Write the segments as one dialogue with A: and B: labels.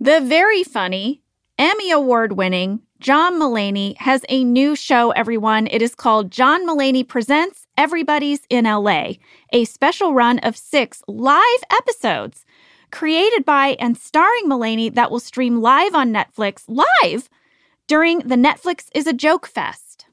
A: The very funny, Emmy Award winning John Mullaney has a new show, everyone. It is called John Mullaney Presents Everybody's in LA, a special run of six live episodes created by and starring Mullaney that will stream live on Netflix live during the Netflix is a Joke Fest.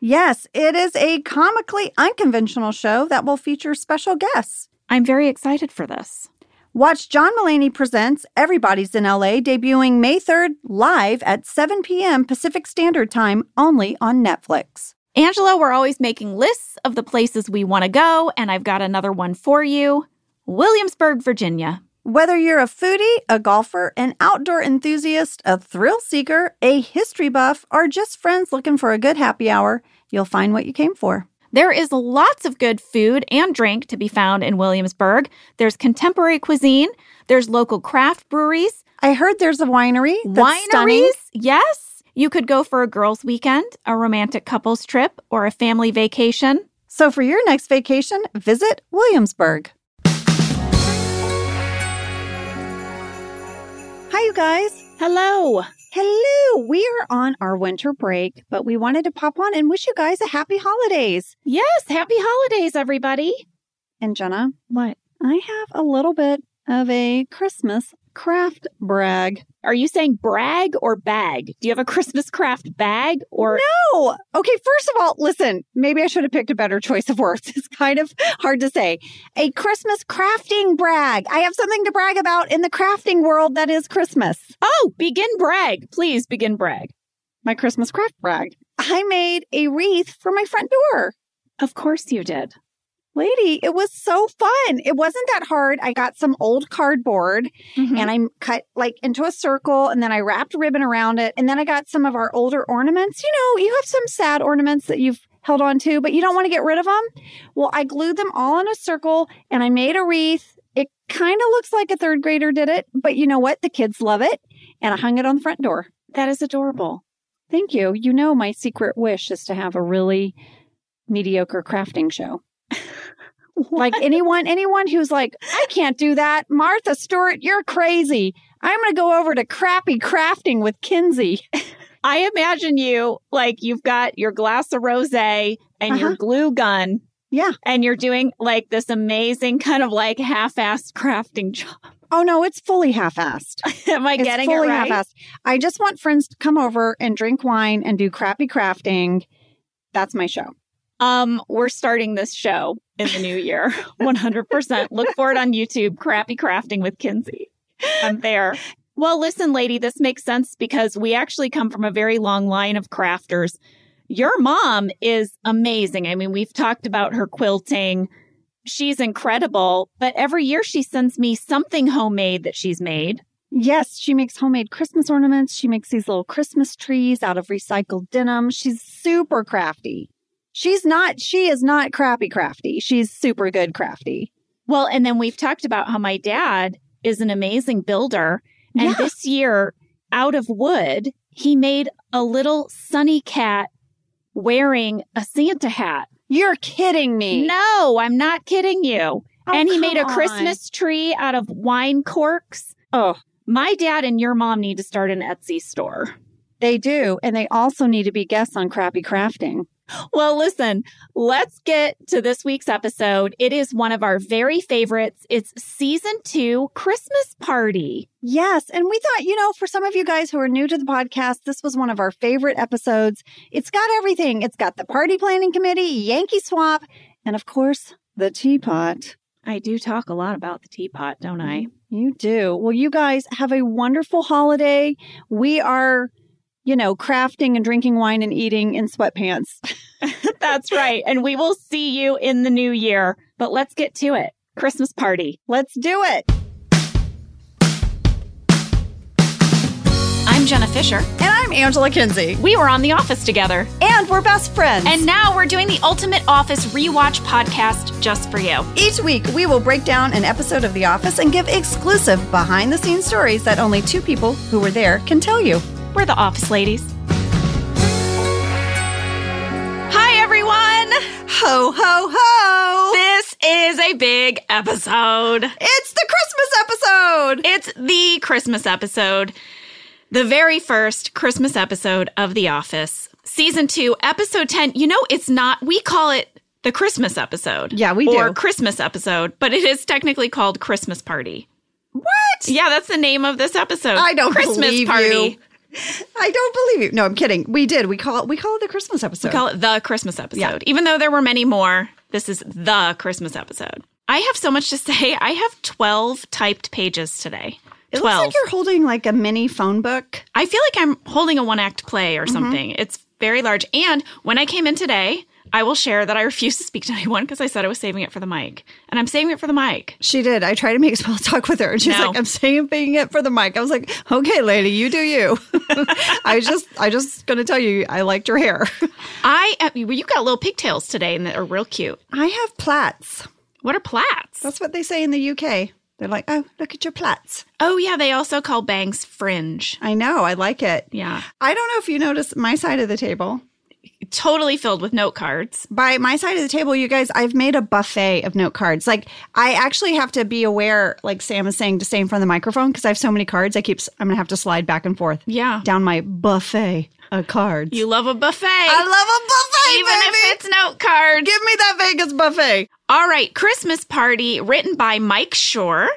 B: Yes, it is a comically unconventional show that will feature special guests.
A: I'm very excited for this.
B: Watch John Mullaney Presents Everybody's in LA debuting May 3rd live at 7 p.m. Pacific Standard Time only on Netflix.
A: Angela, we're always making lists of the places we want to go, and I've got another one for you Williamsburg, Virginia.
B: Whether you're a foodie, a golfer, an outdoor enthusiast, a thrill seeker, a history buff, or just friends looking for a good happy hour, you'll find what you came for.
A: There is lots of good food and drink to be found in Williamsburg. There's contemporary cuisine, there's local craft breweries,
B: I heard there's a winery.
A: wineries.
B: That's stunning.
A: Yes. You could go for a girls' weekend, a romantic couples trip, or a family vacation.
B: So for your next vacation, visit Williamsburg. Hi, you guys.
A: Hello.
B: Hello. We are on our winter break, but we wanted to pop on and wish you guys a happy holidays.
A: Yes. Happy holidays, everybody.
B: And Jenna,
A: What?
B: I have a little bit of a Christmas craft brag.
A: Are you saying brag or bag? Do you have a Christmas craft bag or
B: Oh, okay. First of all, listen, maybe I should have picked a better choice of words. It's kind of hard to say. A Christmas crafting brag. I have something to brag about in the crafting world that is Christmas.
A: Oh, begin brag. Please begin brag.
B: My Christmas craft brag. I made a wreath for my front door.
A: Of course you did.
B: Lady, it was so fun. It wasn't that hard. I got some old cardboard
A: Mm-hmm.
B: and I cut like into a circle and then I wrapped ribbon around it. And then I got some of our older ornaments. You know, you have some sad ornaments that you've held on to, but you don't want to get rid of them. Well, I glued them all in a circle and I made a wreath. It kind of looks like a third grader did it, but you know what? The kids love it. And I hung it on the front door.
A: That is adorable.
B: Thank you. You know, my secret wish is to have a really mediocre crafting show. like anyone, anyone who's like, I can't do that. Martha Stewart, you're crazy. I'm going to go over to crappy crafting with Kinsey.
A: I imagine you like you've got your glass of rosé and your glue gun.
B: Uh-huh. Yeah.
A: And you're doing like this amazing kind of like half-assed crafting job.
B: Oh no, it's fully half-assed.
A: Am I
B: it's
A: getting it
B: fully
A: right?
B: half-assed. I just want friends to come over and drink wine and do crappy crafting. That's my show.
A: Um, we're starting this show in the new year. 100%. Look for it on YouTube, Crappy Crafting with Kinsey. I'm there. Well, listen, lady, this makes sense because we actually come from a very long line of crafters. Your mom is amazing. I mean, we've talked about her quilting. She's incredible, but every year she sends me something homemade that she's made.
B: Yes, she makes homemade Christmas ornaments. She makes these little Christmas trees out of recycled denim. She's super crafty. She's not, she is not crappy crafty. She's super good crafty.
A: Well, and then we've talked about how my dad is an amazing builder. And
B: Yeah.
A: this year, out of wood, he made a little sunny cat wearing a Santa hat.
B: You're kidding me.
A: No, I'm not kidding you.
B: Oh,
A: and he
B: come
A: made a
B: on.
A: Christmas tree out of wine corks.
B: Oh,
A: My dad and your mom need to start an Etsy store.
B: they do. And they also need to be guests on crappy crafting.
A: Well, listen, let's get to this week's episode. It is one of our very favorites. It's season two Christmas party.
B: Yes. And we thought, you know, for some of you guys who are new to the podcast, this was one of our favorite episodes. It's got everything it's got the party planning committee, Yankee Swap, and of course, the teapot.
A: I do talk a lot about the teapot, don't I?
B: You do. Well, you guys have a wonderful holiday. We are, you know, crafting and drinking wine and eating in sweatpants.
A: That's right. And we will see you in the new year. But let's get to it. Christmas party.
B: Let's do it.
A: I'm Jenna Fisher.
B: And I'm Angela Kinsey.
A: We were on The Office together.
B: And we're best friends.
A: And now we're doing the Ultimate Office Rewatch podcast just for you.
B: each week we will break down an episode of The Office and give exclusive behind the scenes stories that only two people who were there can tell you.
A: We're The Office Ladies. Hi, everyone.
B: Ho, ho, ho.
A: This is a big episode.
B: It's the Christmas episode.
A: It's the Christmas episode, the very first Christmas episode of The Office, season two, episode 10. You know, it's not, we call it the Christmas episode.
B: Yeah, we
A: Or
B: do.
A: Christmas episode, but it is technically called Christmas Party.
B: What?
A: Yeah, that's the name of this episode.
B: I don't
A: Christmas
B: believe
A: Party.
B: you. I don't believe you. No, I'm kidding. We did. We call it we call it the Christmas episode.
A: We call it the Christmas episode.
B: Yeah.
A: Even though there were many more, this is the Christmas episode. I have so much to say. I have 12 typed pages today.
B: it
A: 12.
B: looks like you're holding like a mini phone book.
A: I feel like I'm holding a one act play
B: Mm-hmm.
A: or something. It's very large. And when I came in today, I will share that I refused to speak to anyone because I said I was saving it for the mic. And I'm saving it for the mic.
B: She did. I tried to make small talk with her, and she's
A: No.
B: like, "I'm saving it for the mic." I was like, "Okay, lady, you do you." I just, I just gonna tell you, I liked your hair.
A: I uh, you you got little pigtails today and they're real cute.
B: I have plaits.
A: What are plaits?
B: That's what they say in the UK. They're like, "Oh, look at your plaits."
A: Oh yeah, they also call bangs fringe.
B: I know. I like it.
A: Yeah.
B: I don't know if you noticed my side of the table.
A: Totally filled with note cards.
B: By my side of the table, you guys, I've made a buffet of note cards. Like, I actually have to be aware, like Sam is saying, to stay in front of the microphone because I have so many cards. I keep, s- I'm gonna have to slide back and forth
A: Yeah.
B: down my buffet of cards.
A: You love a buffet.
B: I love a buffet,
A: even
B: baby.
A: if it's note cards.
B: Give me that Vegas buffet.
A: All right, Christmas Party, written by Mike Shore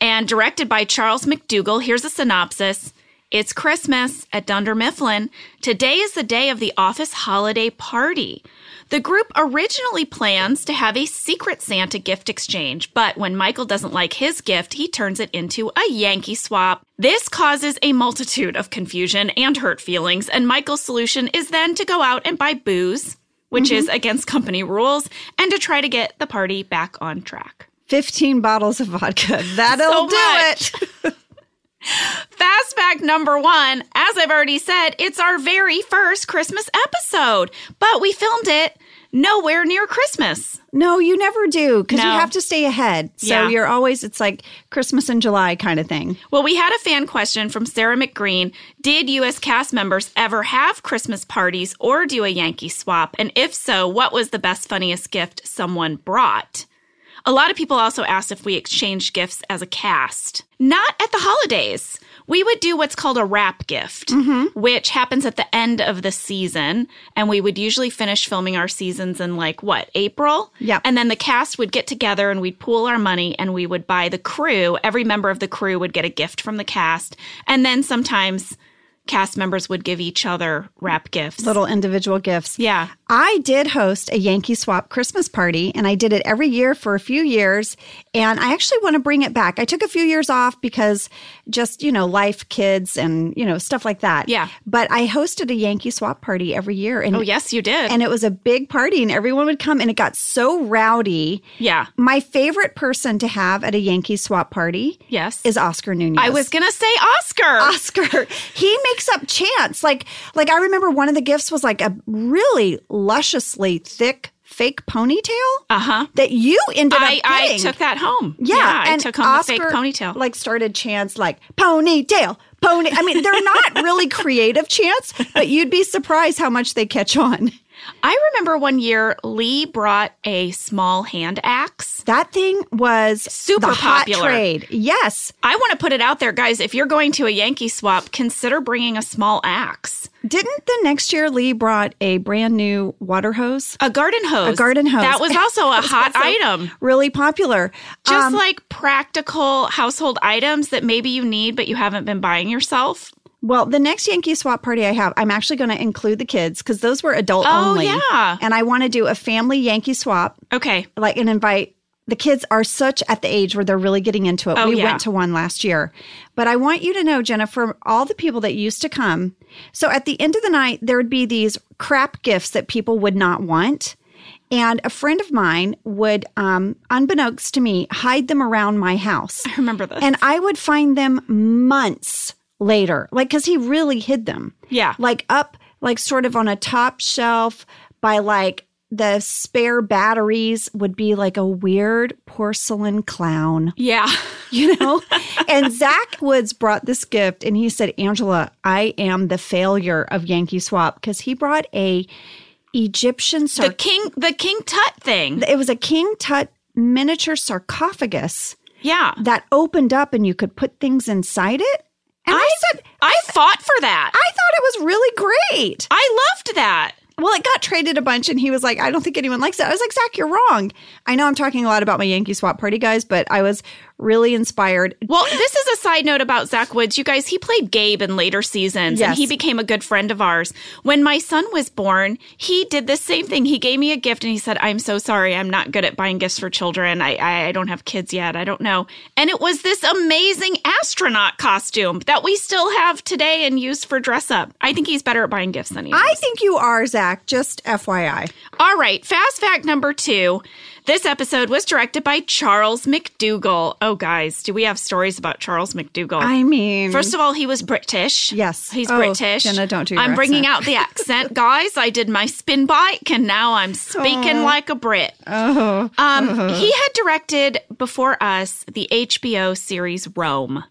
A: and directed by Charles McDougall. Here's a synopsis. It's Christmas at Dunder Mifflin. Today is the day of the office holiday party. The group originally plans to have a secret Santa gift exchange, but when Michael doesn't like his gift, he turns it into a Yankee swap. This causes a multitude of confusion and hurt feelings, and Michael's solution is then to go out and buy booze which is against company rules, and to try to get the party back on track.
B: 15 bottles of vodka. That'll
A: So
B: do
A: much.
B: it.
A: Fast fact number one as I've already said, it's our very first Christmas episode, but we filmed it nowhere near Christmas.
B: No, you never do because
A: No.
B: you have to stay ahead. So
A: Yeah.
B: you're always, it's like Christmas in July kind of thing.
A: Well, we had a fan question from Sarah McGreen Did U.S. cast members ever have Christmas parties or do a Yankee swap? And if so, what was the best, funniest gift someone brought? A lot of people also asked if we exchanged gifts as a cast. Not at the holidays. We would do what's called a wrap gift, which happens at the end of the season. And we would usually finish filming our seasons in like what, April?
B: Yep.
A: And then the cast would get together and we'd pool our money and we would buy the crew. Every member of the crew would get a gift from the cast. And then sometimes cast members would give each other wrap gifts.
B: Little individual gifts.
A: Yeah.
B: I did host a Yankee Swap Christmas party, and I did it every year for a few years. And I actually want to bring it back. I took a few years off because just, you know, life, kids, and, you know, stuff like that.
A: Yeah.
B: But I hosted a Yankee Swap party every year. And
A: Oh, yes, you did.
B: and it was a big party and everyone would come and it got so rowdy.
A: yeah.
B: My favorite person to have at a Yankee swap party
A: Yes.
B: is Oscar Nunez.
A: I was going to say Oscar.
B: Oscar. He makes up chance. Like like I remember one of the gifts was like a really lusciously thick fake ponytail
A: uh huh.
B: that you ended
A: I,
B: up
A: I
B: getting.
A: took that home.
B: yeah,
A: I
B: and
A: took home
B: Oscar,
A: the fake ponytail.
B: Like started chance like ponytail, pony. I mean, they're not really creative chance, but you'd be surprised how much they catch on.
A: I remember one year Lee brought a small hand axe.
B: That thing was
A: Super
B: the hot
A: popular.
B: trade. Yes.
A: I want to put it out there, guys. If you're going to a Yankee swap, consider bringing a small axe,
B: Didn't the next year Lee brought a brand new water hose?
A: a garden hose.
B: A garden hose.
A: That was also a hot item.
B: Really popular.
A: Um, Just
B: Um,
A: like practical household items that maybe you need, but you haven't been buying yourself.
B: well, the next Yankee swap party I have, I'm actually going to include the kids because those were adult
A: Oh,
B: only.
A: yeah.
B: And I want to do a family Yankee swap,
A: Okay.
B: like and invite the kids are such at the age where they're really getting into it.
A: Oh,
B: we
A: yeah.
B: went to one last year. But I want you to know, Jennifer, all the people that used to come. So at the end of the night, there would be these crap gifts that people would not want. And a friend of mine would, um, unbeknownst to me, hide them around my house.
A: I remember this.
B: And I would find them months later, like, because he really hid them.
A: Yeah.
B: Like, up, like, sort of on a top shelf by like the spare batteries would be like a weird porcelain clown,
A: yeah.
B: you know? and Zach Woods brought this gift and he said, Angela, I am the failure of Yankee Swap because he brought a Egyptian
A: The
B: sarcophagus.
A: King the King Tut thing.
B: It was a King Tut miniature sarcophagus
A: Yeah.
B: that opened up and you could put things inside it. And I,
A: I-
B: said,
A: I fought for that.
B: I thought it was really great.
A: I loved that.
B: Well, it got traded a bunch, and he was like, I don't think anyone likes it. I was like, Zach, you're wrong. I know I'm talking a lot about my Yankee swap party guys, but I was really inspired.
A: Well, this is a side note about Zach Woods. You guys, he played Gabe in later seasons and
B: Yes.
A: he became a good friend of ours. When my son was born, he did the same thing. He gave me a gift and he said, I'm so sorry. I'm not good at buying gifts for children. I, I, I don't have kids yet. I don't know. And it was this amazing astronaut costume that we still have today and use for dress up. I think he's better at buying gifts than he is.
B: I think you are, Zach, just FYI.
A: All right, fast fact number two. This episode was directed by Charles McDougall. Oh, guys, do we have stories about Charles McDougall?
B: I mean,
A: First of all, he was British.
B: Yes.
A: He's
B: Oh,
A: British.
B: Jenna, don't do your
A: I'm bringing
B: accent.
A: out the accent, guys. I did my spin bike and now I'm speaking like a Brit.
B: oh,
A: Um, He had directed before us the HBO series Rome,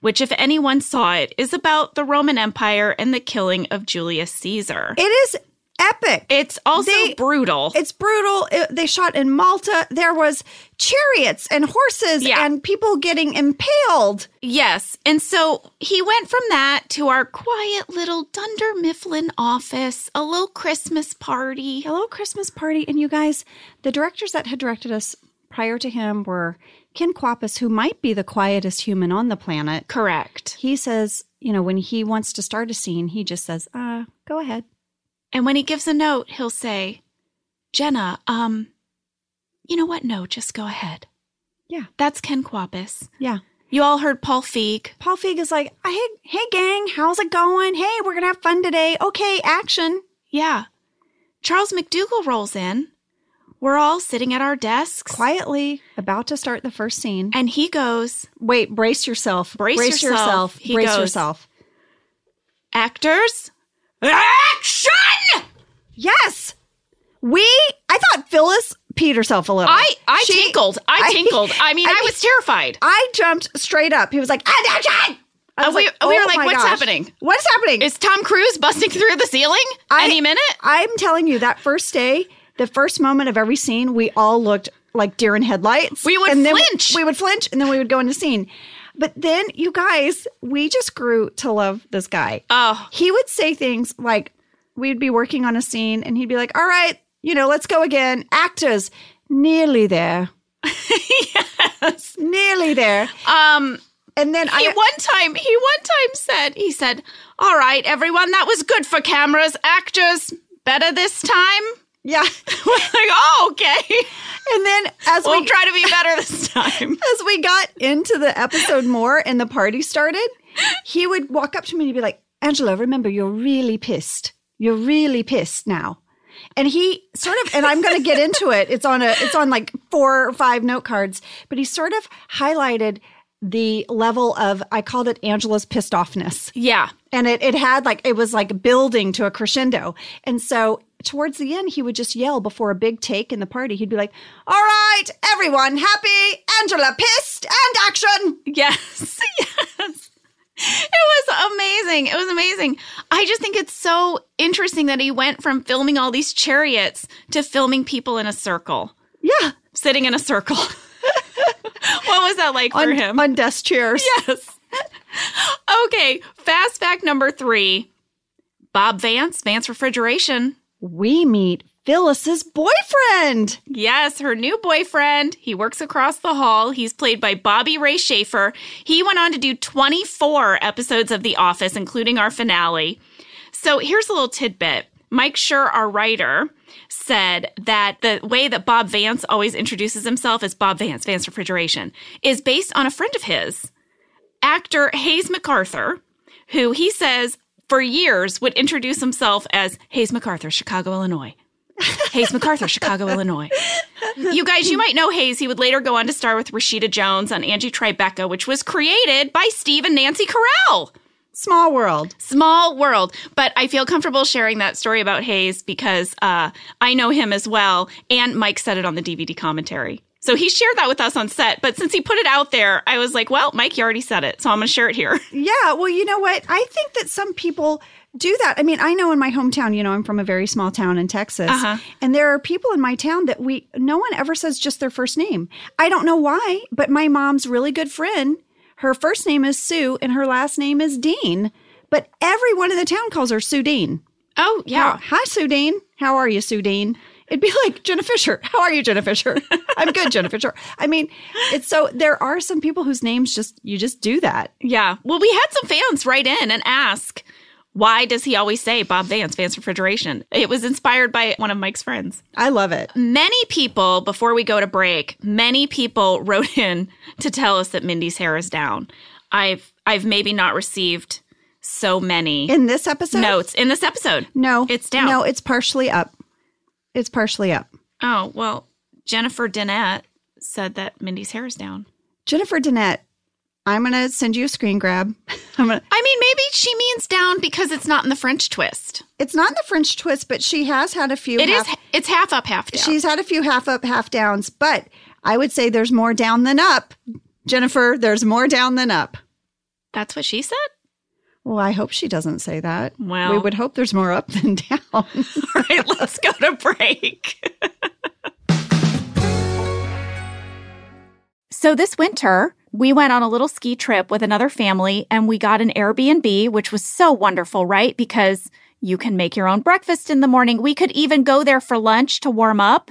A: which, if anyone saw it, is about the Roman Empire and the killing of Julius Caesar.
B: it is epic.
A: It's also
B: They-
A: brutal.
B: it's brutal. It- they shot in Malta. There was chariots and horses
A: Yeah.
B: and people getting impaled.
A: Yes. And so he went from that to our quiet little Dunder Mifflin office, a little Christmas party.
B: Hello, Christmas party. And you guys, the directors that had directed us prior to him were Ken Quapis, who might be the quietest human on the planet.
A: Correct.
B: He says, you know, when he wants to start a scene, he just says, uh, go ahead.
A: And when he gives a note, he'll say, Jenna, um, you know what? No, just go ahead.
B: Yeah.
A: That's Ken Quapis.
B: Yeah.
A: You all heard Paul Feig.
B: Paul Feig is like, hey, hey, gang, how's it going? Hey, we're going to have fun today. Okay, action.
A: Yeah. Charles McDougall rolls in. We're all sitting at our desks.
B: Quietly about to start the first scene.
A: And he goes,
B: Wait, brace yourself.
A: Brace yourself. He
B: brace
A: goes.
B: yourself.
A: Actors, action!
B: Yes. We, I thought Phyllis peed herself a little.
A: I I
B: She-
A: tinkled. I
B: I-
A: tinkled. I mean, I,
B: I
A: was terrified.
B: I jumped straight up. He was like, "Ah, action! I
A: Uh,
B: was "Oh
A: we- we were like,
B: my
A: "What's happening?"
B: What's happening?
A: Is Tom Cruise busting through the ceiling
B: I-
A: any minute?
B: I'm telling you, that first day, the first moment of every scene, we all looked like deer in headlights.
A: We would
B: and then
A: flinch.
B: We would flinch, and then we would go into scene. But then, you guys, we just grew to love this guy.
A: Oh,
B: he would say things like, "We'd be working on a scene, and he'd be like, all right, you know, let's go again. Actors, nearly there,
A: yes.
B: nearly there."
A: Um,
B: And then
A: he
B: I,
A: one time he one time said he said, "All right, everyone, that was good for cameras, actors, better this time."
B: yeah,
A: We're like, oh, okay.
B: and then as
A: We'll
B: we
A: try to be better this time.
B: as we got into the episode more and the party started, he would walk up to me and he'd be like, Angela, remember, you're really pissed. You're really pissed now. And he sort of, and I'm going to get into it. It's on a, it's on like four or five note cards, but he sort of highlighted the level of, I called it Angela's pissed offness.
A: Yeah.
B: And it, it had like, it was like building to a crescendo. And so towards the end, he would just yell before a big take in the party. He'd be like, All right, everyone happy, Angela pissed, and action.
A: Yes. Yes. It was amazing. It was amazing. I just think it's so interesting that he went from filming all these chariots to filming people in a circle,
B: Yeah.
A: sitting in a circle. what was that like for
B: On,
A: him?
B: on desk chairs.
A: yes. Okay. Fast fact number three Bob Vance, Vance Refrigeration.
B: We meet Phyllis's boyfriend.
A: Yes, her new boyfriend. He works across the hall. He's played by Bobby Ray Schaefer. He went on to do 24 episodes of The Office, including our finale. So here's a little tidbit. Mike Schur, our writer, said that the way that Bob Vance always introduces himself as Bob Vance, Vance Refrigeration, is based on a friend of his, actor Hayes MacArthur, who he says for years would introduce himself as Hayes MacArthur, Chicago, Illinois. Hayes MacArthur, Chicago, Illinois. You guys, you might know Hayes. He would later go on to star with Rashida Jones on Angie Tribeca, which was created by Steve and Nancy Carell.
B: Small world.
A: Small world. But I feel comfortable sharing that story about Hayes because uh, I know him as well. And Mike said it on the DVD commentary.
C: So he shared that with us on set. But since he put it out there, I was like, well, Mike, you already said it. So I'm going to share it here.
B: Yeah. Well, you know what? I think that some people do that. I mean, I know in my hometown, you know, I'm from a very small town in Texas.
C: Uh-huh.
B: And there are people in my town that we, no one ever says just their first name. I don't know why, but my mom's really good friend, her first name is Sue and her last name is Dean. But everyone in the town calls her Sue Dean.
C: Oh, yeah.
B: Wow. Hi, Sue Dean. How are you, Sue Dean? It'd be like Jenna Fisher. How are you, Jenna Fisher? I'm good, Jenna Fisher. I mean, it's so there are some people whose names just you just do that.
C: Yeah. Well, we had some fans write in and ask, why does he always say Bob Vance, Vance Refrigeration? It was inspired by one of Mike's friends.
B: I love it.
C: Many people, before we go to break, many people wrote in to tell us that Mindy's hair is down. I've I've maybe not received so many
B: In this episode?
C: notes in this episode.
B: No.
C: It's down.
B: No, it's partially up. It's partially up.
C: Oh, well, Jennifer Dinette said that Mindy's hair is down.
B: Jennifer Dinette, I'm gonna send you a screen grab. I'm gonna
C: I mean, maybe she means down because it's not in the French twist.
B: it's not in the French twist, but she has had a few
C: It is.
B: half-
C: It's half up, half down.
B: she's had a few half up, half downs, but I would say there's more down than up. Jennifer, there's more down than up.
C: That's what she said.
B: Well, I hope she doesn't say that.
C: Well.
B: we would hope there's more up than down.
C: All right, let's go to break.
A: So this winter, we went on a little ski trip with another family and we got an Airbnb, which was so wonderful, right? Because you can make your own breakfast in the morning. We could even go there for lunch to warm up.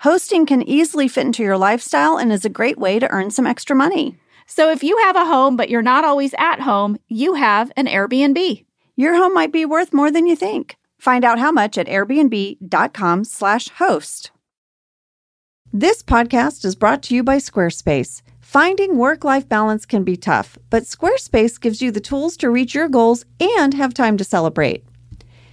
B: Hosting can easily fit into your lifestyle and is a great way to earn some extra money.
A: So if you have a home, but you're not always at home, you have an Airbnb.
B: Your home might be worth more than you think. Find out how much at airbnb.com slash host. This podcast is brought to you by Squarespace. Finding work-life balance can be tough, but Squarespace gives you the tools to reach your goals and have time to celebrate.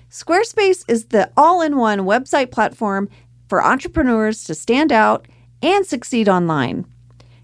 B: Squarespace is the all-in-one website platform for entrepreneurs to stand out and succeed online.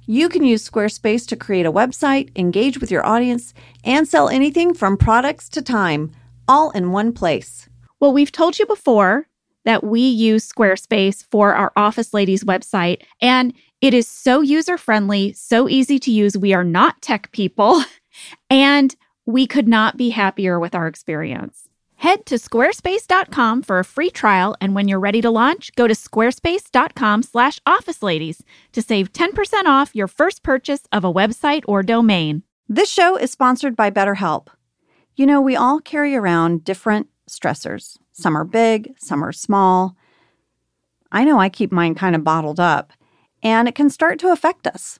B: You can use Squarespace to create a website, engage with your audience, and sell anything from products to time, all in one place.
A: Well, we've told you before that we use Squarespace for our Office Ladies website, and it is so user friendly, so easy to use. We are not tech people, and we could not be happier with our experience. Head to squarespace.com for a free trial, and when you're ready to launch, go to squarespace.com slash office ladies to save 10% off your first purchase of a website or domain.
B: This show is sponsored by BetterHelp. You know, we all carry around different stressors. Some are big, some are small. I know I keep mine kind of bottled up, and it can start to affect us.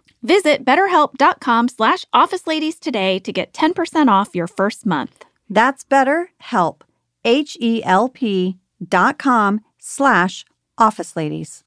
A: Visit betterhelp.com slash officeladies today to get 10% off your first month.
B: That's BetterHelp, H-E-L-P dot com slash office ladies.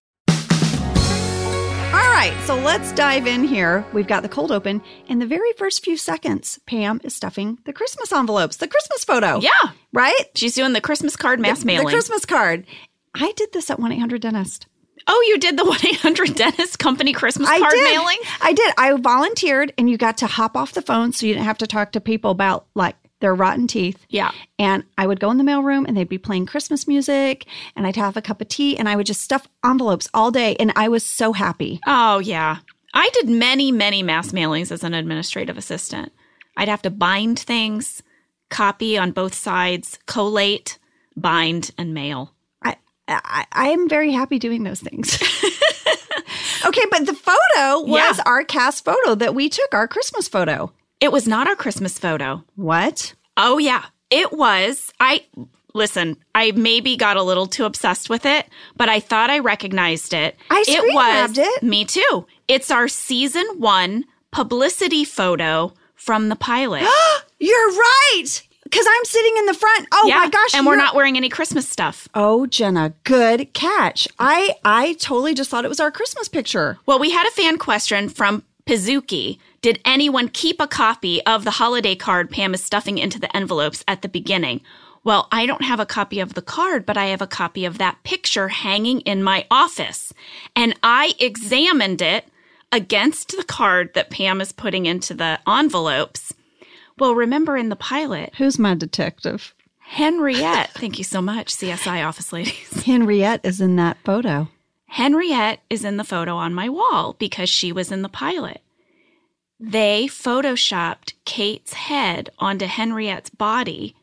B: All right, so let's dive in here. We've got the cold open. In the very first few seconds, Pam is stuffing the Christmas envelopes, the Christmas photo.
C: Yeah.
B: Right?
C: She's doing the Christmas card mass mailing.
B: The Christmas card. I did this at 1-800-DENTIST.
C: oh, you did the 1 800 Dentist Company Christmas
B: I
C: card
B: did.
C: mailing?
B: I did. I volunteered and you got to hop off the phone so you didn't have to talk to people about like their rotten teeth.
C: Yeah.
B: And I would go in the mailroom and they'd be playing Christmas music and I'd have a cup of tea and I would just stuff envelopes all day. And I was so happy.
C: Oh, yeah. I did many, many mass mailings as an administrative assistant. I'd have to bind things, copy on both sides, collate, bind, and mail.
B: I, I, I am very happy doing those things. okay. But the photo was
C: Yeah.
B: our cast photo that we took, our Christmas photo.
A: It was not our Christmas photo.
B: What?
A: Oh, yeah. It was. I listen, I maybe got a little too obsessed with it, but I thought I recognized it.
D: I
A: it
D: screen grabbed it.
A: Me too. It's our season one publicity photo from the pilot.
B: Oh You're right. Because I'm sitting in the front. Oh my gosh.
A: And we're
B: you're-
A: not wearing any Christmas stuff.
B: Oh, Jenna, good catch. I I totally just thought it was our Christmas picture.
A: Well, we had a fan question from Pazuki. Did anyone keep a copy of the holiday card Pam is stuffing into the envelopes at the beginning? Well, I don't have a copy of the card, but I have a copy of that picture hanging in my office. And I examined it against the card that Pam is putting into the envelopes. Well, remember in the pilot,
B: Who's my detective?
A: Henriette, thank you so much, CSI office ladies.
B: Henriette is in that photo.
A: Henriette is in the photo on my wall because she was in the pilot. They photoshopped Kate's head onto Henriette's body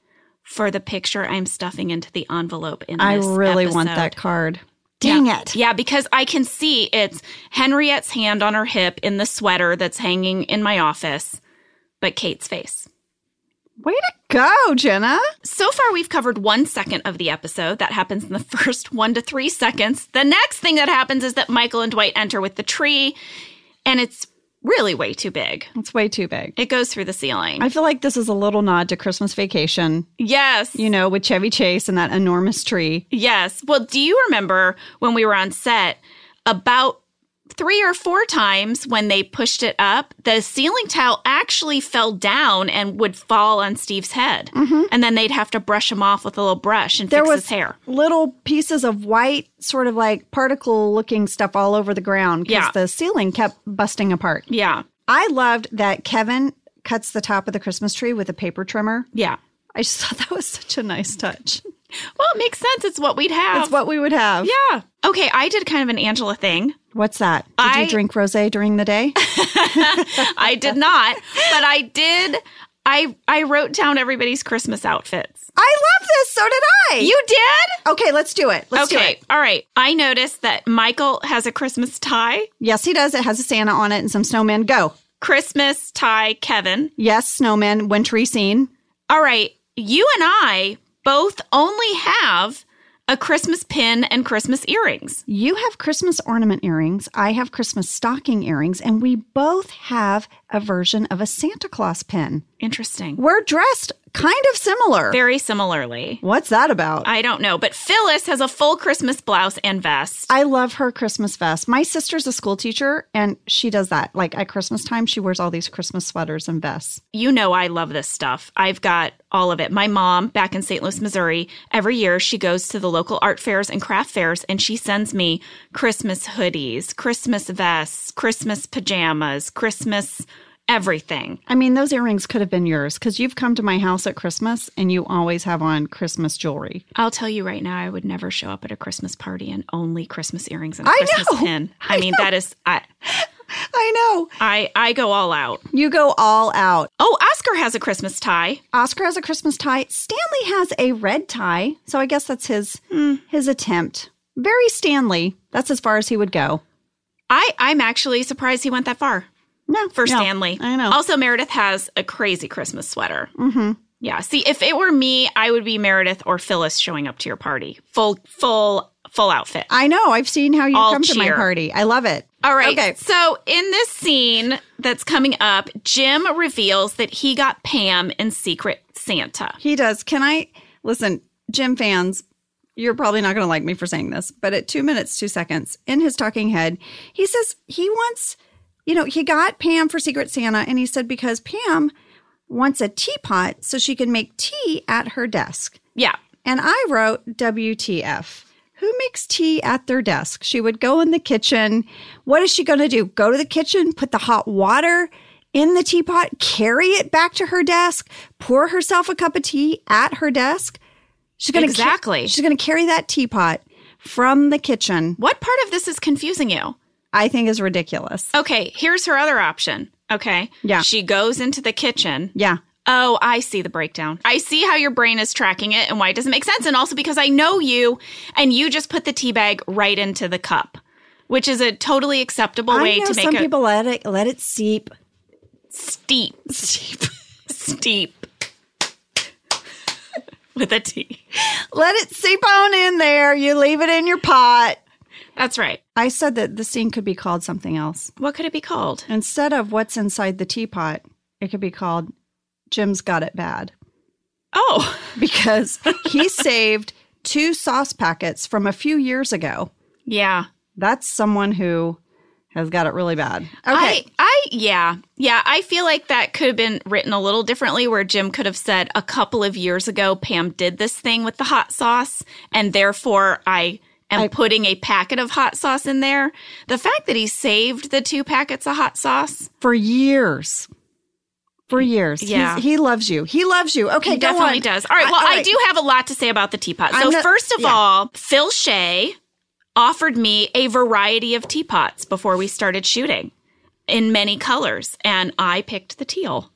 A: for the picture I'm stuffing into the envelope in
B: I
A: this
B: really want
A: episode.
B: that card.
D: Dang it.
A: Yeah, because I can see it's Henriette's hand on her hip in the sweater that's hanging in my office, but Kate's face.
B: Way to go, Jenna.
A: So far, we've covered one second of the episode. That happens in the first one to three seconds. The next thing that happens is that Michael and Dwight enter with the tree, and it's really way too big.
B: It's way too big.
A: It goes through the ceiling.
B: I feel like this is a little nod to Christmas Vacation,
A: yes.
B: you know, with Chevy Chase and that enormous tree.
A: Yes. Well, do you remember when we were on set about three or four times when they pushed it up, the ceiling tile actually fell down and would fall on Steve's head. And then they'd have to brush him off with a little brush and
B: Mm-hmm. There
A: fix
B: was
A: his hair.
B: Little pieces of white, sort of like particle looking stuff all over the ground because
A: Yeah.
B: the ceiling kept busting apart.
A: Yeah.
B: I loved that Kevin cuts the top of the Christmas tree with a paper trimmer.
A: Yeah.
B: I just thought that was such a nice touch.
A: Well, it makes sense. It's what we'd have.
B: That's what we would have.
A: yeah. Okay, I did kind of an Angela thing.
B: What's that? Did
A: I-
B: you drink rosé during the day?
A: I did not, but I did. I I wrote down everybody's Christmas outfits.
B: I love this. So did I.
A: You did?
B: okay? Let's do it. Let's do
A: okay.
B: it.
A: All right. I noticed that Michael has a Christmas tie.
B: Yes, he does. It has a Santa on it and some snowmen. Go.
A: Christmas tie, Kevin.
B: Yes, snowmen. Wintry scene.
A: All right. You and I both only have a Christmas pin and Christmas earrings.
B: You have Christmas ornament earrings. I have Christmas stocking earrings, and we both have a version of a Santa Claus pin.
A: Interesting.
B: We're dressed kind of similar.
A: Very similarly.
B: What's that about?
A: I don't know, but Phyllis has a full Christmas blouse and vest.
B: I love her Christmas vest. My sister's a school teacher and she does that. Like at Christmas time, she wears all these Christmas sweaters and vests.
A: you know I love this stuff. I've got all of it. My mom back in St. Louis, Missouri, every year she goes to the local art fairs and craft fairs and she sends me Christmas hoodies, Christmas vests, Christmas pajamas, Christmas everything.
B: I mean, those earrings could have been yours because you've come to my house at Christmas and you always have on Christmas jewelry.
A: I'll tell you right now, I would never show up at a Christmas party in only Christmas earrings and a
B: I
A: Christmas
B: know.
A: pin. I, mean, that is I,
B: I know.
A: I I go all out.
B: You go all out.
A: Oh, Oscar has a Christmas tie.
B: Oscar has a Christmas tie. Stanley has a red tie. So I guess that's his his attempt. Very Stanley. That's as far as he would go.
A: I I'm actually surprised he went that far.
B: No.
A: for
B: no.
A: Stanley.
B: I know.
A: Also, Meredith has a crazy Christmas sweater. Mm-hmm. Yeah. See, if it were me, I would be Meredith or Phyllis showing up to your party, full, full, full outfit.
B: I know. I've seen how you
A: All
B: come to my
A: cheer.
B: party. I love it.
A: All right.
B: Okay.
A: So in this scene that's coming up, Jim reveals that he got Pam in Secret Santa.
B: He does. Can I listen, Jim fans? You're probably not going to like me for saying this, but at two minutes, two seconds in his talking head, he says he wants, you know, he got Pam for Secret Santa and he said because Pam wants a teapot so she can make tea at her desk.
A: Yeah.
B: And I wrote WTF. Who makes tea at their desk? She would go in the kitchen. What is she going to do? Go to the kitchen, put the hot water in the teapot, carry it back to her desk, pour herself a cup of tea at her desk. She's going to
A: Exactly.
B: she's going to carry that teapot from the kitchen.
A: What part of this is confusing you?
B: I think is ridiculous.
A: Okay. Here's her other option. Okay.
B: Yeah.
A: She goes into the kitchen.
B: Yeah.
A: Oh, I see the breakdown. I see how your brain is tracking it and why it doesn't make sense. And also because I know you and you just put the tea bag right into the cup, which is a totally acceptable
B: I
A: way
B: know
A: to make
B: some
A: it.
B: people let it let it seep.
A: Steep. Steep. Steep. With a T.
B: Let it seep on in there. You leave it in your pot.
A: That's right.
B: I said that the scene could be called something else.
A: What could it be called?
B: Instead of what's inside the teapot, it could be called Jim's Got It Bad
A: Oh,
B: because he saved two sauce packets from a few years ago.
A: yeah.
B: That's someone who has got it really bad.
A: I, I, yeah, yeah. I feel like that could have been written a little differently, where Jim could have said, "A couple of years ago, Pam did this thing with the hot sauce, and therefore I am putting a packet of hot sauce in there." The fact that he saved the two packets of hot sauce,
B: for years. For years.
A: Yeah.
B: He's- he loves you. He loves you. Okay,
A: he
B: go
A: definitely
B: on.
A: does. All right.
B: I-
A: Well,
B: all
A: I,
B: right.
A: do have a lot to say about the teapot. So
B: I'm not-
A: first of
B: yeah.
A: all, Phil Shea offered me a variety of teapots before we started shooting, in many colors, and I picked the teal.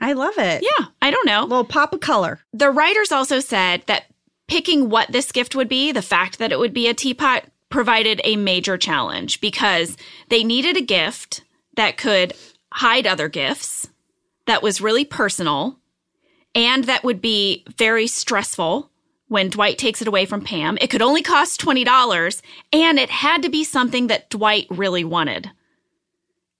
B: I love it.
A: Yeah, I don't know.
B: A little pop of color.
A: The writers also said that picking what this gift would be, the fact that it would be a teapot, provided a major challenge because they needed a gift that could hide other gifts, that was really personal, and that would be very stressful when Dwight takes it away from Pam. It could only cost $20, and it had to be something that Dwight really wanted.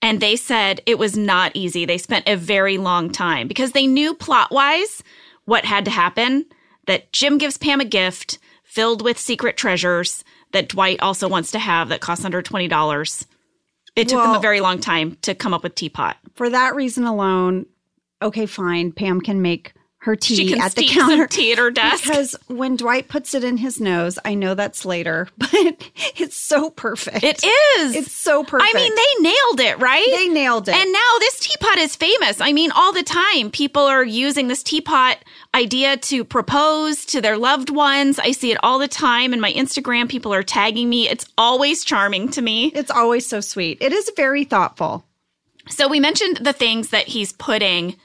A: And they said it was not easy. They spent a very long time because they knew plot wise what had to happen that Jim gives Pam a gift filled with secret treasures that Dwight also wants to have that costs under $20. It took them
B: Well-
A: a very long time to come up with Teapot.
B: For that reason alone, okay, fine. Pam can make her tea
A: She can
B: at the
A: steep
B: counter.
A: some tea at her desk.
B: Because when Dwight puts it in his nose, I know that's later, but it's so perfect.
A: it is.
B: It's so
A: I
B: perfect.
A: mean, they nailed it, right?
B: they nailed it.
A: And now this teapot is famous. I mean, all the time people are using this teapot idea to propose to their loved ones. I see it all the time in my Instagram. People are tagging me. It's always charming to me.
B: it's always so sweet. It is very thoughtful.
A: So we mentioned the things that he's putting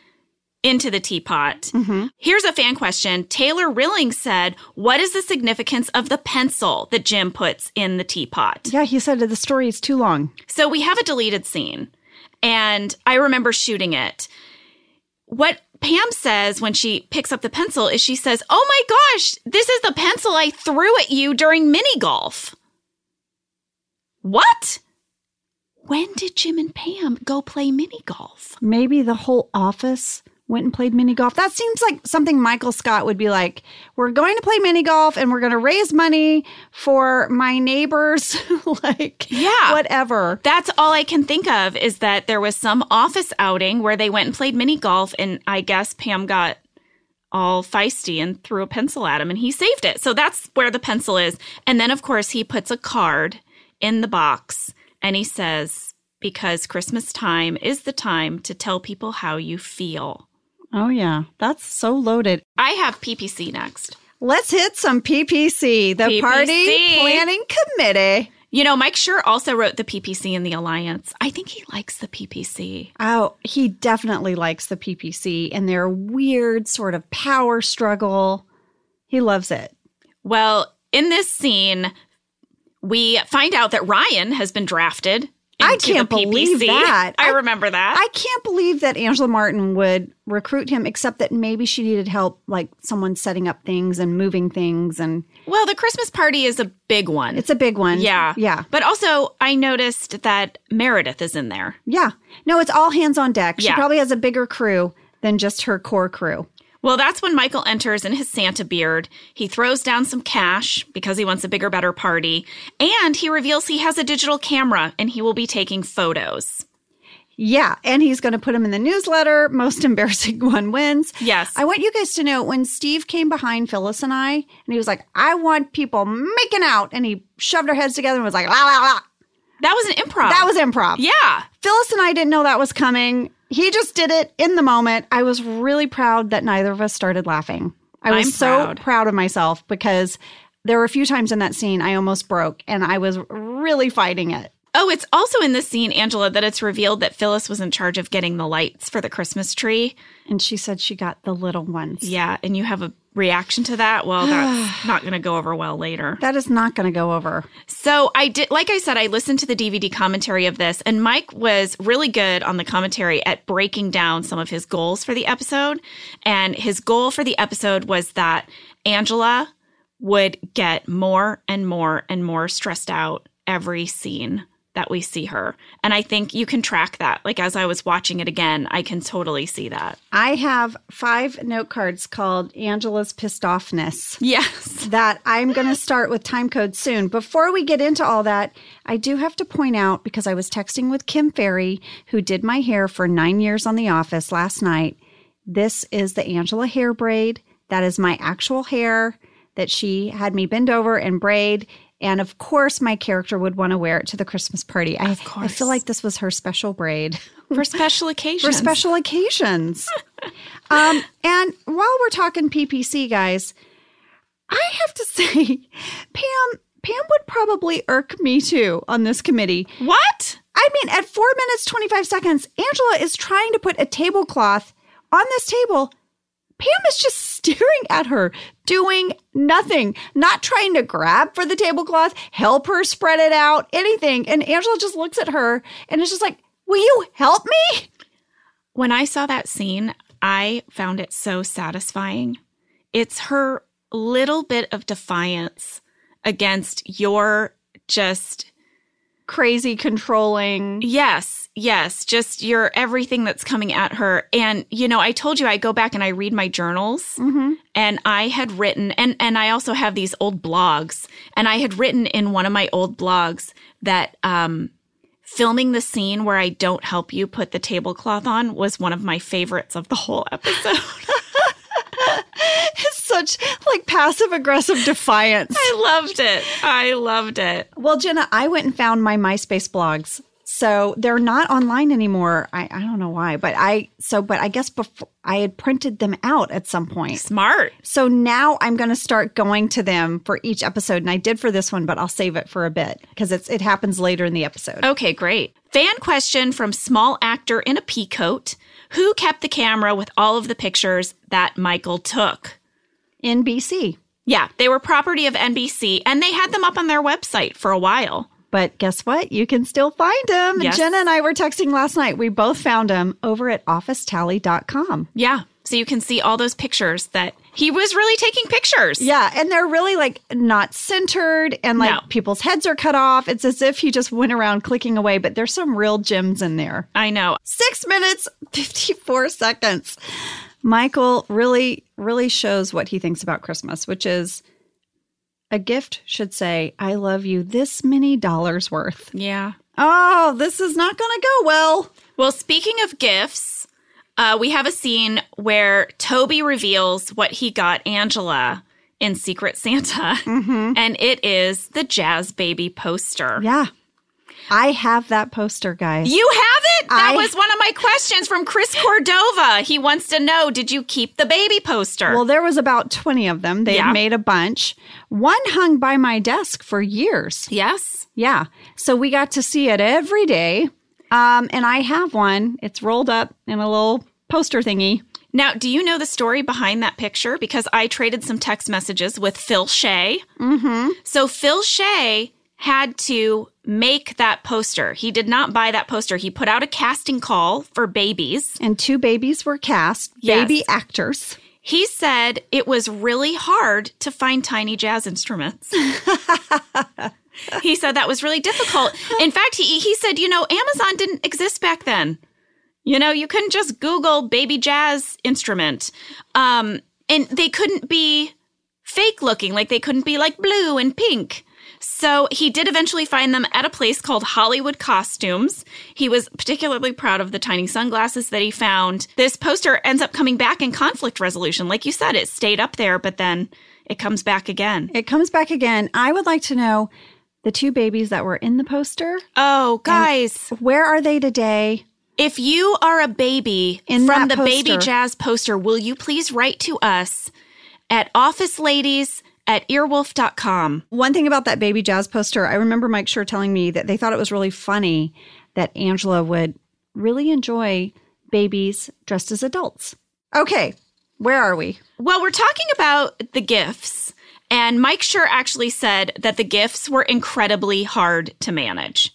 A: into the teapot.
B: Mm-hmm.
A: Here's a fan question. Taylor Rilling said, "What is the significance of the pencil that Jim puts in the teapot?"
B: Yeah, he said that the story is too long.
A: So we have a deleted scene, and I remember shooting it. What Pam says when she picks up the pencil is she says, Oh my gosh, this is the pencil I threw at you during mini golf. What? When did Jim and Pam go play mini golf?
B: Maybe the whole office went and played mini golf. That seems like something Michael Scott would be like, we're going to play mini golf and we're going to raise money for my neighbors like
A: Yeah.
B: whatever.
A: That's all I can think of is that there was some office outing where they went and played mini golf, and I guess Pam got all feisty and threw a pencil at him, and he saved it. So that's where the pencil is. And then, of course, he puts a card in the box and he says, Because Christmas time is the time to tell people how you feel.
B: Oh yeah, that's so loaded.
A: I have PPC next.
B: Let's hit some PPC, the Party
A: PPC.
B: Planning Committee.
A: You know, Mike Schur also wrote the PPC in the Alliance. I think he likes the PPC.
B: Oh, he definitely likes the PPC and their weird sort of power struggle. He loves it.
A: Well, in this scene, we find out that Ryan has been drafted.
B: I
A: into the
B: can't believe
A: PPC.
B: that.
A: I,
B: I-
A: remember that.
B: I can't believe that Angela Martin would recruit him, except that maybe she needed help, like someone setting up things and moving things. And
A: well, the Christmas party is a big one.
B: it's a big one.
A: yeah.
B: Yeah.
A: But also, I noticed that Meredith is in there.
B: Yeah. No, it's all hands on deck. She
A: Yeah.
B: probably has a bigger crew than just her core crew.
A: Well, that's when Michael enters in his Santa beard. He throws down some cash because he wants a bigger, better party. And he reveals he has a digital camera and he will be taking photos.
B: Yeah. And he's going to put him in the newsletter. Most embarrassing one wins.
A: Yes.
B: I want you guys to know when Steve came behind Phyllis and I, and he was like, I want people making out. And he shoved our heads together and was like, la, la, la.
A: That was an improv.
B: That was improv.
A: Oh. Yeah.
B: Phyllis and I didn't know that was coming. He just did it in the moment. I was really proud that neither of us started laughing. I was
A: I'm
B: so
A: proud.
B: proud of myself because there were a few times in that scene I almost broke and I was really fighting it.
A: Oh, it's also in this scene, Angela, that it's revealed that Phyllis was in charge of getting the lights for the Christmas tree.
B: And she said she got the little ones.
A: Yeah, and you have a reaction to that, well, that's not going to go over well later.
B: That is not going to go over.
A: So I did, like I said, I listened to the DVD commentary of this, and Mike was really good on the commentary at breaking down some of his goals for the episode. And his goal for the episode was that Angela would get more and more and more stressed out every scene that we see her. And I think you can track that. Like as I was watching it again, I can totally see that.
B: I have five note cards called Angela's Pissed Offness.
A: Yes.
B: that I'm going to start with time code soon. Before we get into all that, I do have to point out because I was texting with Kim Ferry, who did my hair for nine years on The Office last night. This is the Angela hair braid. That is my actual hair that she had me bend over and braid. And of course, my character would want to wear it to the Christmas party. I, I
A: course.
B: feel like this was her special braid
A: For special occasions.
B: for special occasions. um, and while we're talking PPC, guys, I have to say, Pam, Pam would probably irk me too on this committee.
A: What?
B: I mean, at four minutes twenty five seconds, Angela is trying to put a tablecloth on this table. Pam is just staring at her, doing nothing, not trying to grab for the tablecloth, help her spread it out, anything. And Angela just looks at her and is just like, Will you help me?
A: When I saw that scene, I found it so satisfying. It's her little bit of defiance against your just,
B: crazy controlling.
A: yes, yes, just your everything that's coming at her. And, you know, I told you I go back and I read my journals.
B: Mm-hmm.
A: and I had written and and I also have these old blogs and I had written in one of my old blogs that um filming the scene where I don't help you put the tablecloth on was one of my favorites of the whole episode.
B: It's such like passive aggressive defiance.
A: I loved it. I loved it.
B: well, Jenna, I went and found my MySpace blogs. So they're not online anymore. I, I don't know why, but I so but I guess before I had printed them out at some point.
A: Smart.
B: So now I'm going to start going to them for each episode, and I did for this one, but I'll save it for a bit because it's it happens later in the episode.
A: Okay, great. Fan question from small actor in a pea coat. Who kept the camera with all of the pictures that Michael took?
B: NBC,
A: Yeah, they were property of NBC and they had them up on their website for a while.
B: But guess what? You can still find them.
A: Yes.
B: Jenna and I were texting last night. We both found them over at officetally.com.
A: Yeah. So you can see all those pictures that he was really taking pictures.
B: Yeah, and they're really like not centered and like
A: No.
B: people's heads are cut off. It's as if he just went around clicking away, but there's some real gems in there.
A: I know.
B: Six minutes, 54 seconds. Michael really, really shows what he thinks about Christmas, which is a gift should say, I love you this many dollars worth.
A: Yeah.
B: Oh, this is not going to go well.
A: Well, speaking of gifts, uh, we have a scene where Toby reveals what he got Angela in Secret Santa,
B: Mm-hmm.
A: and it is the Jazz Baby poster.
B: Yeah. I have that poster, guys.
A: You have it? That
B: I-
A: was one of my questions from Chris Cordova. He wants to know Did you keep the baby poster?
B: well, there was about 20 of them. They
A: Yeah.
B: had made a bunch. One hung by my desk for years.
A: yes.
B: Yeah. So we got to see it every day. Um, and I have one. It's rolled up in a little poster thingy.
A: Now, do you know the story behind that picture? Because I traded some text messages with Phil Shea.
B: Mm-hmm.
A: So Phil Shea had to make that poster. He did not buy that poster. He put out a casting call for babies.
B: And two babies were cast,
A: Yes.
B: baby actors.
A: He said it was really hard to find tiny jazz instruments. he said that was really difficult. In fact, he he said, you know, Amazon didn't exist back then. You know, you couldn't just Google baby jazz instrument. Um, and they couldn't be fake looking, like they couldn't be like blue and pink. So he did eventually find them at a place called Hollywood Costumes. He was particularly proud of the tiny sunglasses that he found. This poster ends up coming back in conflict resolution. Like you said, it stayed up there, but then it comes back again.
B: It comes back again. I would like to know the two babies that were in the poster.
A: Oh, guys.
B: Where are they today?
A: If you are a baby
B: In
A: from the
B: that
A: Baby
B: poster.
A: Jazz poster, will you please write to us at officeladies at earwolf.com?
B: One thing about that baby jazz poster, I remember Mike Schur telling me that they thought it was really funny that Angela would really enjoy babies dressed as adults. Okay, Where are we?
A: Well, we're talking about the gifts, and Mike Schur actually said that the gifts were incredibly hard to manage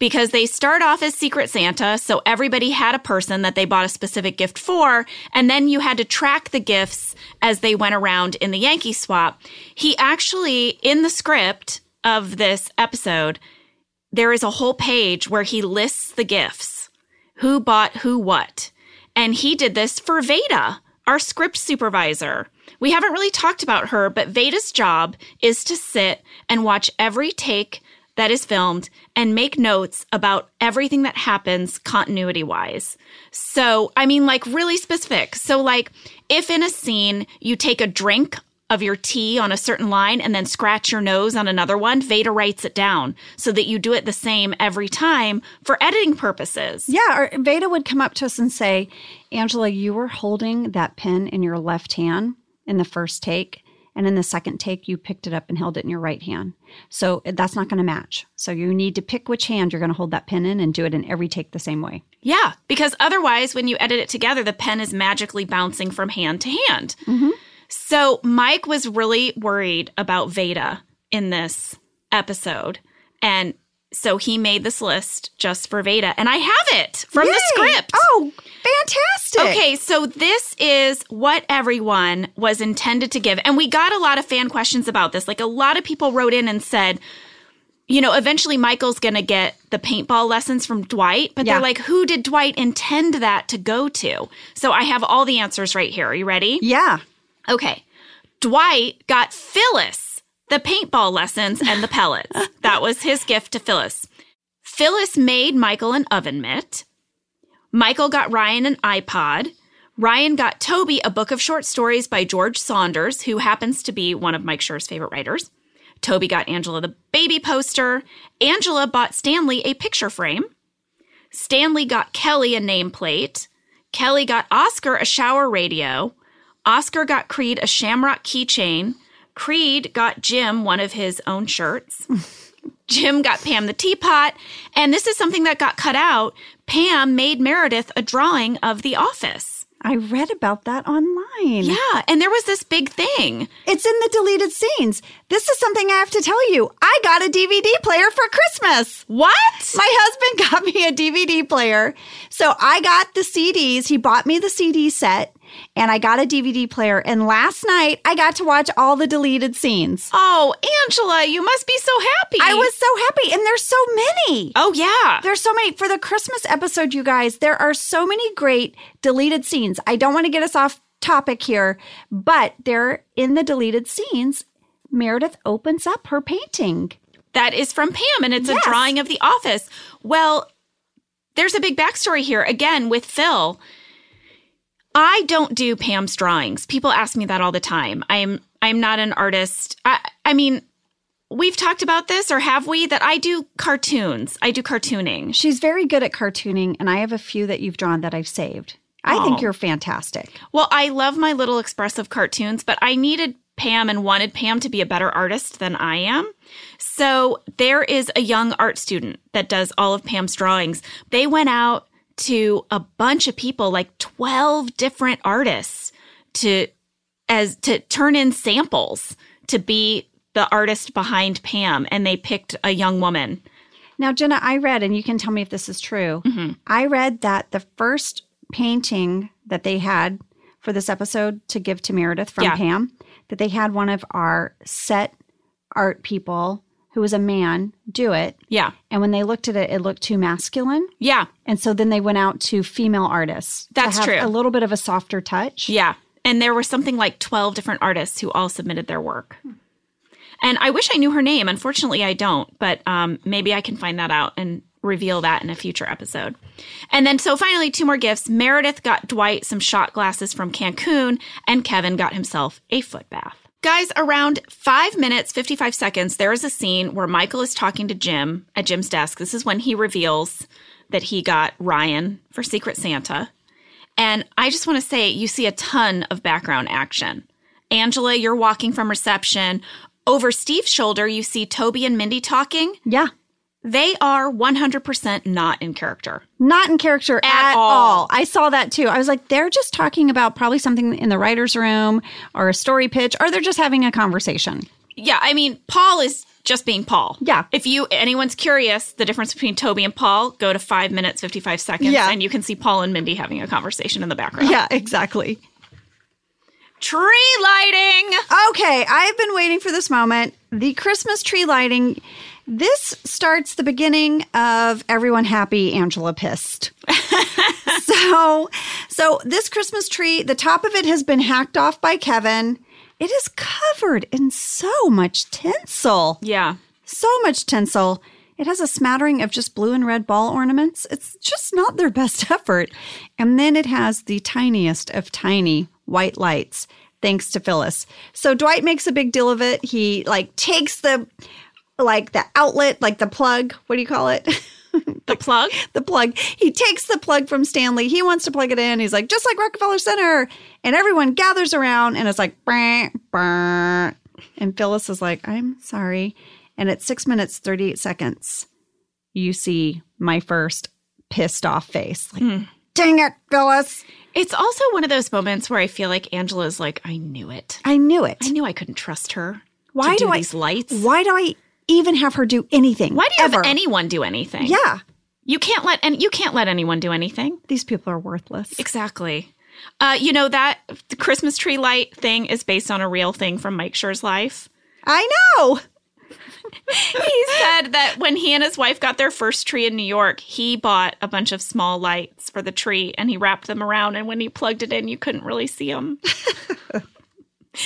A: because they start off as Secret Santa, so everybody had a person that they bought a specific gift for, and then you had to track the gifts as they went around in the Yankee swap. He actually, in the script of this episode, there is a whole page where he lists the gifts who bought who what. And he did this for Veda, our script supervisor. We haven't really talked about her, but Veda's job is to sit and watch every take that is filmed and make notes about everything that happens continuity wise. So, I mean, like really specific. So, like, if in a scene you take a drink of your tea on a certain line and then scratch your nose on another one, Veda writes it down so that you do it the same every time for editing purposes.
B: Yeah, or Veda would come up to us and say, Angela, you were holding that pen in your left hand in the first take. And in the second take, you picked it up and held it in your right hand. So that's not going to match. So you need to pick which hand you're going to hold that pen in and do it in every take the same way.
A: Yeah, because otherwise, when you edit it together, the pen is magically bouncing from hand to hand.
B: Mm-hmm.
A: So Mike was really worried about Veda in this episode. And so he made this list just for Veda. And I have it from
D: Yay!
A: the script.
D: Oh, fantastic.
A: Okay, so this is what everyone was intended to give. And we got a lot of fan questions about this. Like a lot of people wrote in and said, you know, eventually Michael's going to get the paintball lessons from Dwight, but
B: Yeah.
A: they're like, who did Dwight intend that to go to? So I have all the answers right here. Are you ready?
B: Yeah.
A: Okay. Dwight got Phyllis the paintball lessons and the pellets. that was his gift to Phyllis. Phyllis made Michael an oven mitt. Michael got Ryan an iPod. Ryan got Toby a book of short stories by George Saunders, who happens to be one of Mike Schur's favorite writers. Toby got Angela the baby poster. Angela bought Stanley a picture frame. Stanley got Kelly a nameplate. Kelly got Oscar a shower radio. Oscar got Creed a shamrock keychain. Creed got Jim one of his own shirts. Jim got Pam the teapot. And this is something that got cut out. Pam made Meredith a drawing of the office.
B: I read about that online.
A: Yeah. And there was this big thing.
B: It's in the deleted scenes. This is something I have to tell you. I got a DVD player for Christmas.
A: What?
B: My husband got me a DVD player. So I got the CDs. He bought me the CD set and I got a DVD player. And last night I got to watch all the deleted scenes.
A: Oh, Angela, you must be so happy.
B: I was so happy. And there's so many.
A: Oh, yeah.
B: There's so many for the Christmas episode, you guys. There are so many great deleted scenes. I don't want to get us off topic here, but they're in the deleted scenes. Meredith opens up her painting.
A: That is from Pam, and it's
B: Yes.
A: a drawing of the office. Well, there's a big backstory here again with Phil. I don't do Pam's drawings. People ask me that all the time. I'm I'm not an artist. I I mean, we've talked about this, or have we? That I do cartoons. I do cartooning.
B: She's very good at cartooning, and I have a few that you've drawn that I've saved. I
A: Aw.
B: think you're fantastic.
A: Well, I love my little expressive cartoons, but I needed Pam and wanted Pam to be a better artist than I am. So there is a young art student that does all of Pam's drawings. They went out to a bunch of people, like 12 different artists to as to turn in samples to be the artist behind Pam and they picked a young woman.
B: Now, Jenna, I read, and you can tell me if this is true.
A: Mhm.
B: I read that the first painting that they had for this episode to give to Meredith from
A: Yeah.
B: Pam, that they had one of our set art people who was a man do it.
A: Yeah.
B: And when they looked at it, it looked too masculine.
A: Yeah.
B: And so then they went out to female artists. to
A: That's
B: have
A: true.
B: A little bit of a softer touch.
A: Yeah. And there were something like 12 different artists who all submitted their work. And I wish I knew her name. Unfortunately, I don't, but um, maybe I can find that out and reveal that in a future episode. And then, so finally, two more gifts. Meredith got Dwight some shot glasses from Cancun, and Kevin got himself a foot bath. Guys, around five minutes, 55 seconds, there is a scene where Michael is talking to Jim at Jim's desk. This is when he reveals that he got Ryan for Secret Santa. And I just want to say you see a ton of background action. Angela, you're walking from reception. Over Steve's shoulder, you see Toby and Mindy talking.
B: Yeah.
A: They are 100% not in character.
D: Not in character at, all.
A: all.
D: I saw that too. I was like, they're just talking about probably something in the writer's room or a story pitch, or they're just having a conversation.
A: Yeah, I mean, Paul is just being Paul.
D: Yeah.
A: If you anyone's curious, the difference between Toby and Paul, go to five minutes fifty five seconds,
D: Yeah.
A: and you can see Paul and Mindy having a conversation in the background.
D: Yeah, exactly.
A: Tree lighting.
B: Okay, I've been waiting for this moment. The Christmas tree lighting.
D: This starts the beginning of everyone happy, Angela pissed. so,
B: So, this Christmas tree, the top of it has been hacked off by Kevin.
D: it is covered in so much tinsel.
A: Yeah.
B: So much tinsel. It has a smattering of just blue and red ball ornaments. It's just not their best effort. And then it has the tiniest of tiny white lights, thanks to Phyllis. So, Dwight makes a big deal of it. He like takes the like the outlet, like the plug, what do you call it?
A: The plug.
B: the plug. He takes the plug from Stanley. He wants to plug it in. He's like, just like Rockefeller Center. And everyone gathers around and it's like, "Brr, brr." and Phyllis is like, I'm sorry. And at six minutes, 38 seconds, you see my first pissed off face. Like,
A: Hmm.
D: Dang it, Phyllis.
A: It's also one of those moments where I feel like Angela's like, I knew it.
B: I knew it.
A: I knew I couldn't trust her.
B: Why
A: to do,
B: do I-
A: these lights?
B: Why do I even have her do anything?
A: Why do you
B: ever?
A: have anyone do anything?
B: Yeah.
A: You can't let and you can't let anyone do anything.
B: These people are worthless.
A: Exactly. Uh, you know that the Christmas tree light thing is based on a real thing from Mike Schur's life.
B: I know.
A: he said that when he and his wife got their first tree in New York, he bought a bunch of small lights for the tree and he wrapped them around. And when he plugged it in, you couldn't really see them. I love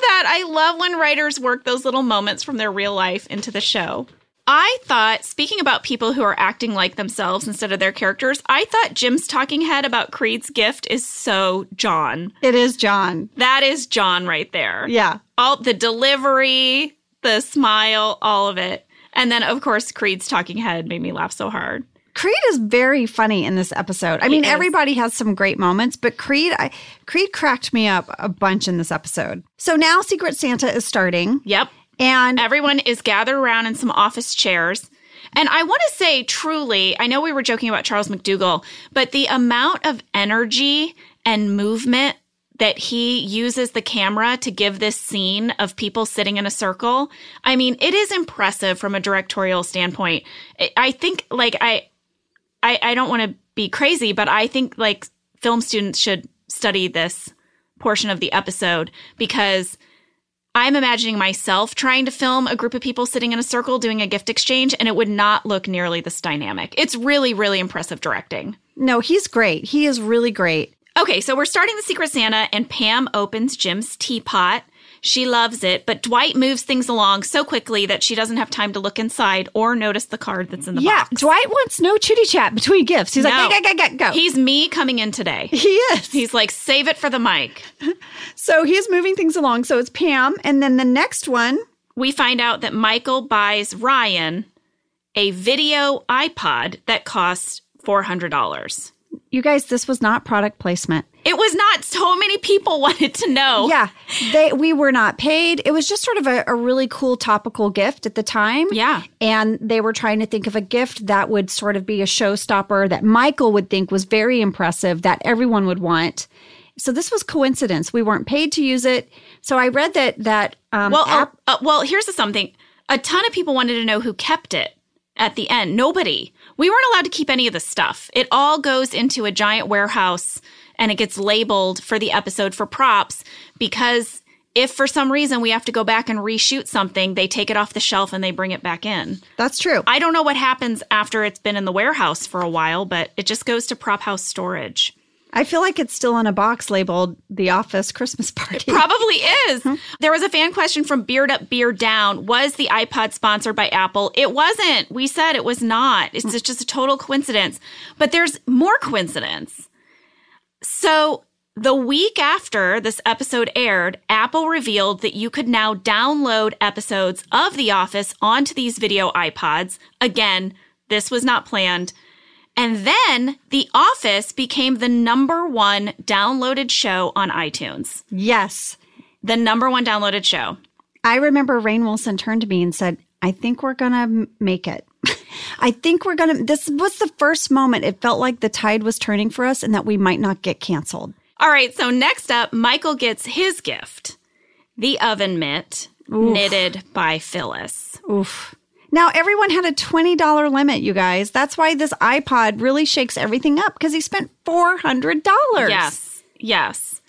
A: that. I love when writers work those little moments from their real life into the show. I thought, speaking about people who are acting like themselves instead of their characters, I thought Jim's talking head about Creed's gift is so John.
B: It is John.
A: That is John right there
B: Yeah.
A: all the delivery, the smile, all of it. And then, of course, Creed's talking head made me laugh so hard.
B: Creed is very funny in this episode. I mean,
A: is.
B: everybody has some great moments, but Creed, I, Creed cracked me up a bunch in this episode. So now Secret Santa is starting,
A: Yep.
B: and
A: Everyone is gathered around in some office chairs. And I want to say, truly, I know we were joking about Charles McDougall, but the amount of energy and movement that he uses the camera to give this scene of people sitting in a circle, I mean, it is impressive from a directorial standpoint. I- I think, like, I, I, I don't want to be crazy, but I think like film students should study this portion of the episode because I'm imagining myself trying to film a group of people sitting in a circle doing a gift exchange, and it would not look nearly this dynamic. It's really, really impressive directing.
B: no, he's great. He is really great.
A: Okay, so we're starting the Secret Santa, and Pam opens Jim's teapot. She loves it, but Dwight moves things along so quickly that she doesn't have time to look inside or notice the card that's in the
B: Yeah,
A: box.
B: Dwight wants no chitty chat between gifts. He's
A: No.
B: like, go, go, go, go, go.
A: He's me coming in today.
B: he is.
A: He's like, save it for the mic.
B: So he's moving things along. So it's Pam, and then the next one.
A: we find out that Michael buys Ryan a video iPod that costs $400.
B: You guys, this was not product placement.
A: It was not so many people wanted to know.
B: Yeah, they we were not paid. It was just sort of a, a really cool topical gift at the time.
A: Yeah.
B: and they were trying to think of a gift that would sort of be a showstopper that Michael would think was very impressive that everyone would want. So this was coincidence. We weren't paid to use it. So I read that that um,
A: Well,
B: app-
A: uh, uh, well, here's the something. A ton of people wanted to know who kept it at the end. Nobody. We weren't allowed to keep any of the stuff. It all goes into a giant warehouse and it gets labeled for the episode for props because if for some reason we have to go back and reshoot something, they take it off the shelf and they bring it back in.
B: that's true.
A: I don't know what happens after it's been in the warehouse for a while, but it just goes to prop house storage.
B: I feel like it's still in a box labeled "The Office Christmas Party."
A: Probably is. There was a fan question from Beard Up, Beard Down. Was the iPod sponsored by Apple? It wasn't. We said it was not. It's just- just a total coincidence. But there's more coincidence. So the week after this episode aired, Apple revealed that you could now download episodes of The Office onto these video iPods. Again, this was not planned. And then The Office became the number one downloaded show on iTunes.
B: yes,
A: The number one downloaded show.
B: I remember Rain Wilson turned to me and said, "I think we're gonna m- make it." I think we're going to, this was the first moment it felt like the tide was turning for us and that we might not get canceled.
A: All right, so next up, Michael gets his gift the oven mitt knitted by Phyllis.
B: Oof. Now, everyone had a $20 limit, you guys. That's why this iPod really shakes everything up because he spent $400.
A: Yes, yes.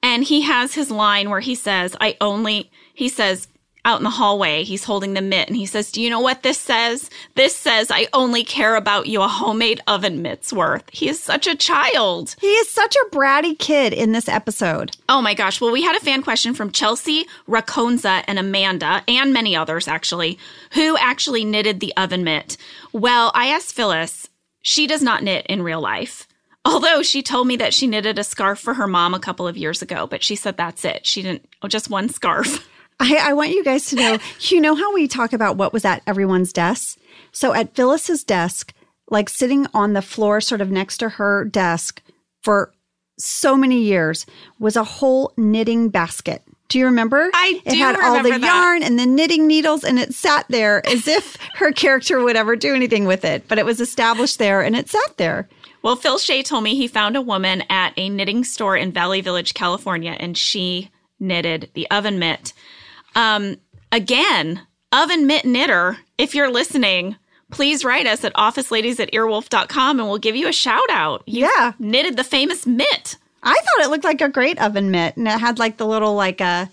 A: And he has his line where he says, I only, he says, out in the hallway, he's holding the mitt and he says, Do you know what this says? This says, I only care about you a homemade oven mitt's worth. He is such a child.
B: He is such a bratty kid in this episode.
A: Oh my gosh. Well, we had a fan question from Chelsea, Raconza, and Amanda, and many others actually, who actually knitted the oven mitt. Well, I asked Phyllis, she does not knit in real life. Although she told me that she knitted a scarf for her mom a couple of years ago, but she said that's it. She didn't, oh, just one scarf.
B: I, I want you guys to know you know how we talk about what was at everyone's desk? So at Phyllis's desk, like sitting on the floor, sort of next to her desk for so many years, was a whole knitting basket. Do you remember?
A: I
B: It
A: do
B: had all the
A: remember that.
B: yarn and the knitting needles, and it sat there as if her character would ever do anything with it. But it was established there and it sat there.
A: Well, Phil Shea told me he found a woman at a knitting store in Valley Village, California, and she knitted the oven mitt. Um, again, oven mitt knitter, if you're listening, please write us at officeladies at earwolf.com and we'll give you a shout out. You
B: Yeah.
A: knitted the famous mitt,
B: I thought it looked like a great oven mitt and it had like the little, like uh, a.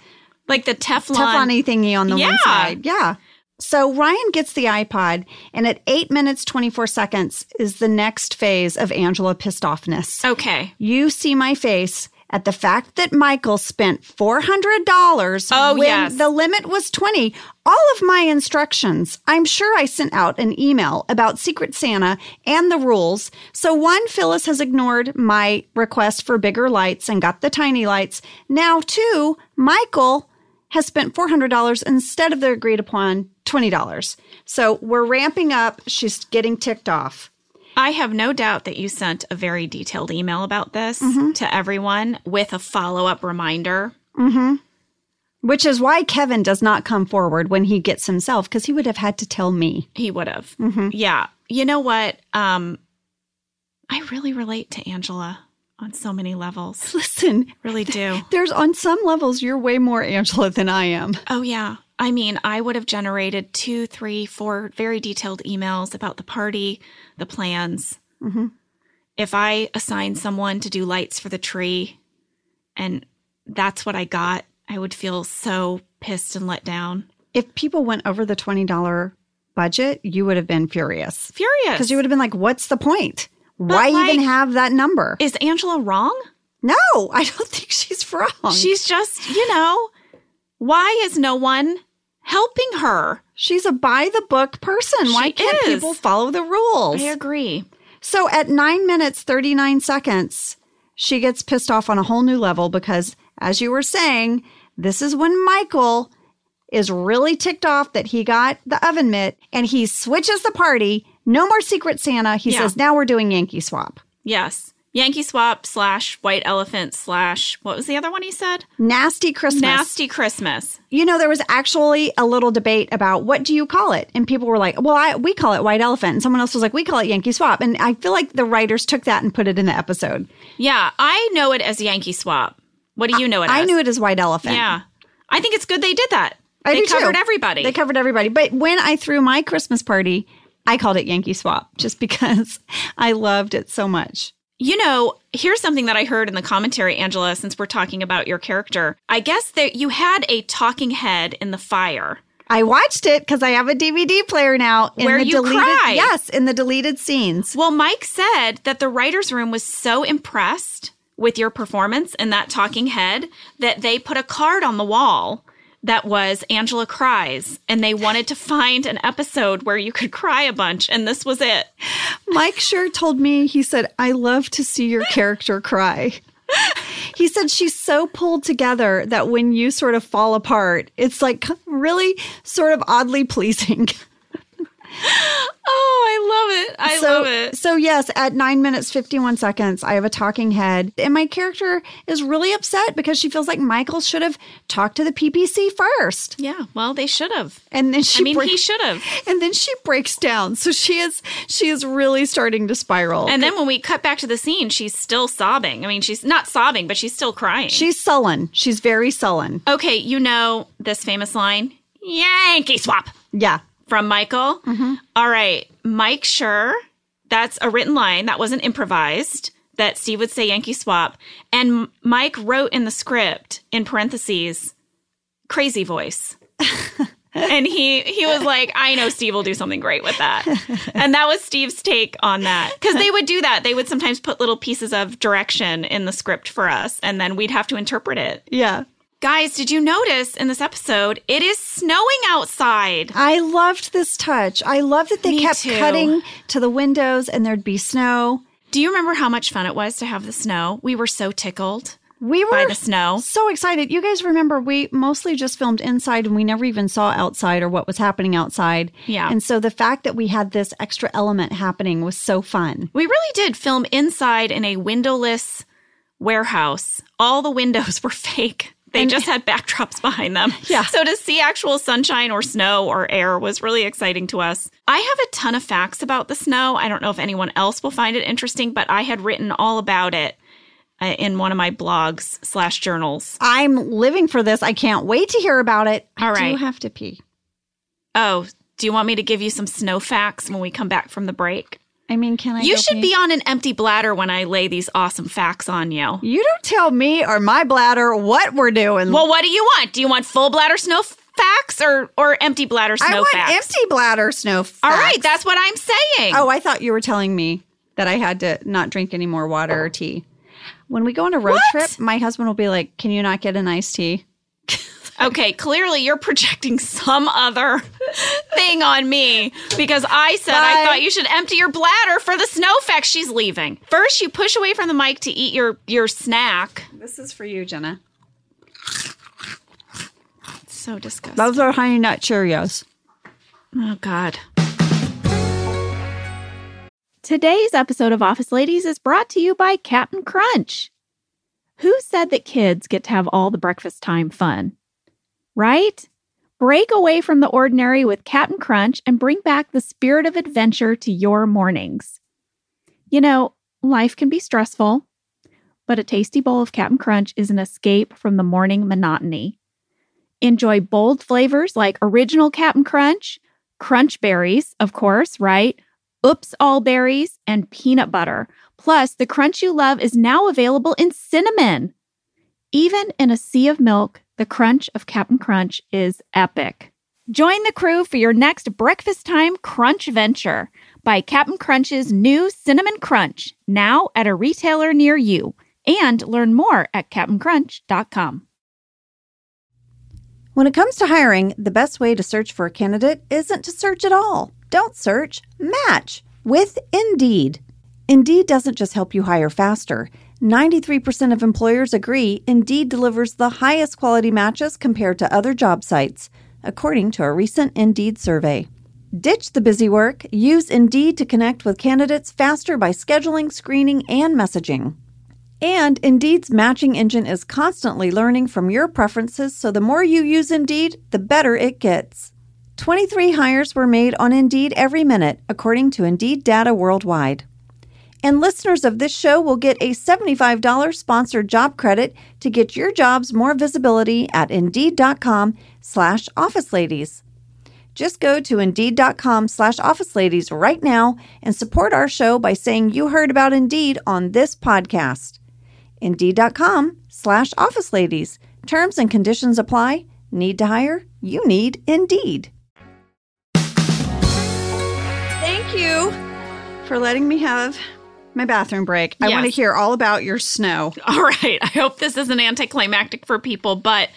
A: like the Teflon.
B: Teflon-y thingy on the
A: Yeah.
B: one side. Yeah. So Ryan gets the iPod, and at eight minutes, 24 seconds is the next phase of Angela pissed offness.
A: Okay.
B: You see my face at the fact that Michael spent $400
A: Oh,
B: when
A: yes.
B: the limit was 20. All of my instructions, I'm sure I sent out an email about Secret Santa and the rules. So one, Phyllis has ignored my request for bigger lights and got the tiny lights. Now two, Michael has spent $400 instead of the agreed upon $20. So we're ramping up. She's getting ticked off.
A: I have no doubt that you sent a very detailed email about this to everyone with a follow up reminder.
B: Which is why Kevin does not come forward when he gets himself because he would have had to tell me.
A: He would have. Yeah. You know what? Um, I really relate to Angela on so many levels.
B: Listen,
A: Really do.
B: there's on some levels you're way more Angela than I am.
A: Oh, yeah. I mean, I would have generated two, three, four very detailed emails about the party, the plans.
B: Mm-hmm.
A: If I assigned someone to do lights for the tree and that's what I got, I would feel so pissed and let down.
B: If people went over the $20 budget, you would have been furious
A: Furious.
B: because you would have been like, what's the point? Why
A: like-
B: even have that number?
A: Is Angela wrong?
B: no, I don't think she's wrong.
A: She's just, you know, why is no one helping her?
B: she's a by the book person. Why
A: She
B: can't
A: is.
B: people follow the rules?
A: I agree.
B: So at nine minutes, 39 seconds, she gets pissed off on a whole new level because, as you were saying, this is when Michael is really ticked off that he got the oven mitt and he switches the party. No more Secret Santa. He
A: Yeah.
B: says, now we're doing Yankee Swap.
A: Yes. Yankee Swap slash White Elephant slash what was the other one he said?
B: Nasty Christmas.
A: Nasty Christmas.
B: You know, there was actually a little debate about what do you call it? And people were like, well, I, we call it White Elephant. And someone else was like, we call it Yankee Swap. And I feel like the writers took that and put it in the episode.
A: Yeah, I know it as Yankee Swap. What do you know it
B: I
A: as?
B: knew it as White Elephant.
A: Yeah. I think it's good they did that.
B: I
A: they
B: do too.
A: covered everybody.
B: They covered everybody. But when I threw my Christmas party, I called it Yankee Swap just because I loved it so much.
A: You know, here's something that I heard in the commentary, Angela, since we're talking about your character. I guess that you had a talking head in the fire.
B: I watched it because I have a DVD player now. In
A: Where
B: the
A: you
B: deleted,
A: cried.
B: Yes, in the deleted scenes.
A: Well, Mike said that the writer's room was so impressed with your performance in that talking head that they put a card on the wall that was Angela Cries, and they wanted to find an episode where you could cry a bunch, and this was it.
B: Mike sure told me, he said, I love to see your character cry. He said she's so pulled together that when you sort of fall apart, it's like really sort of oddly pleasing.
A: Oh, love it. I
B: so,
A: love it.
B: So, yes, at nine minutes, 51 seconds, I have a talking head. And my character is really upset because she feels like Michael should have talked to the PPC first.
A: Yeah. Well, they should have.
B: And then
A: I
B: she
A: mean,
B: break-
A: he should have.
B: and then she breaks down. So she is she is really starting to spiral.
A: And then when we cut back to the scene, she's still sobbing. I mean, she's not sobbing, but she's still crying.
B: she's sullen. She's very sullen.
A: okay, you know this famous line Yankee swap
B: Yeah.
A: from Michael. All right, Mike Sure. That's a written line that wasn't improvised that Steve would say Yankee swap. And M- Mike wrote in the script, in parentheses, crazy voice. and he he was like, I know Steve will do something great with that. And that was Steve's take on that. Because they would do that. They would sometimes put little pieces of direction in the script for us, and then we'd have to interpret it.
B: Yeah.
A: Guys, did you notice in this episode it is snowing outside?
B: I loved this touch. I love that they
A: Me
B: kept
A: too.
B: cutting to the windows and there'd be snow.
A: Do you remember how much fun it was to have the snow? We were so tickled
B: We were
A: by the snow.
B: so excited. You guys remember we mostly just filmed inside and we never even saw outside or what was happening outside.
A: Yeah.
B: And so the fact that we had this extra element happening was so fun.
A: We really did film inside in a windowless warehouse. All the windows were fake. They just had backdrops behind them.
B: Yeah.
A: So to see actual sunshine or snow or air was really exciting to us. I have a ton of facts about the snow. I don't know if anyone else will find it interesting, but I had written all about it uh, in one of my blogs slash journals.
B: I'm living for this. I can't wait to hear about it.
A: All
B: I do
A: right.
B: have to pee.
A: Oh, do you want me to give you some snow facts when we come back from the break?
B: I mean, can I?
A: You
B: go
A: should
B: pee?
A: be on an empty bladder when I lay these awesome facts on you.
B: You don't tell me or my bladder what we're doing.
A: Well, what do you want? Do you want full bladder snow f- facts or or empty bladder snow
B: I want
A: facts?
B: empty bladder snow. Facts.
A: All right, that's what I'm saying.
B: Oh, I thought you were telling me that I had to not drink any more water or tea. When we go on a road
A: What?
B: trip, my husband will be like, "Can you not get an iced tea?"
A: Okay, clearly you're projecting some other thing on me because I said I
B: Bye.
A: thought you should empty your bladder for the snow facts. She's leaving. First, you push away from the mic to eat your your snack.
B: This is for you, Jenna.
A: So disgusting.
B: Those are honey nut Cheerios.
A: Oh God.
E: Today's episode of Office Ladies is brought to you by Captain Crunch. Who said that kids get to have all the breakfast time fun? Right? Break away from the ordinary with Captain Crunch and bring back the spirit of adventure to your mornings. You know, life can be stressful, but a tasty bowl of Captain Crunch is an escape from the morning monotony. Enjoy bold flavors like original Captain Crunch, crunch berries, of course, right? Oops All Berries, and peanut butter. Plus, the crunch you love is now available in cinnamon. Even in a sea of milk, the crunch of Captain Crunch is epic. Join the crew for your next breakfast time crunch venture by Captain Crunch's new Cinnamon Crunch, now at a retailer near you. And learn more at CaptainCrunch.com.
D: When it comes to hiring, the best way to search for a candidate isn't to search at all. Don't search, match with Indeed. Indeed doesn't just help you hire faster. 93% of employers agree Indeed delivers the highest quality matches compared to other job sites, according to a recent Indeed survey. Ditch the busy work. Use Indeed to connect with candidates faster by scheduling, screening, and messaging. And Indeed's matching engine is constantly learning from your preferences, so the more you use Indeed, the better it gets. 23 hires were made on Indeed every minute, according to Indeed data worldwide. And listeners of this show will get a $75 sponsored job credit to get your jobs more visibility at Indeed.com slash Office Ladies. Just go to Indeed.com slash Office Ladies right now and support our show by saying you heard about Indeed on this podcast. Indeed.com slash office ladies. Terms and conditions apply. Need to hire? You need Indeed.
B: Thank you for letting me have my bathroom break. I
A: Yes.
B: want to hear all about your snow.
A: All right. I hope this isn't anticlimactic for people, but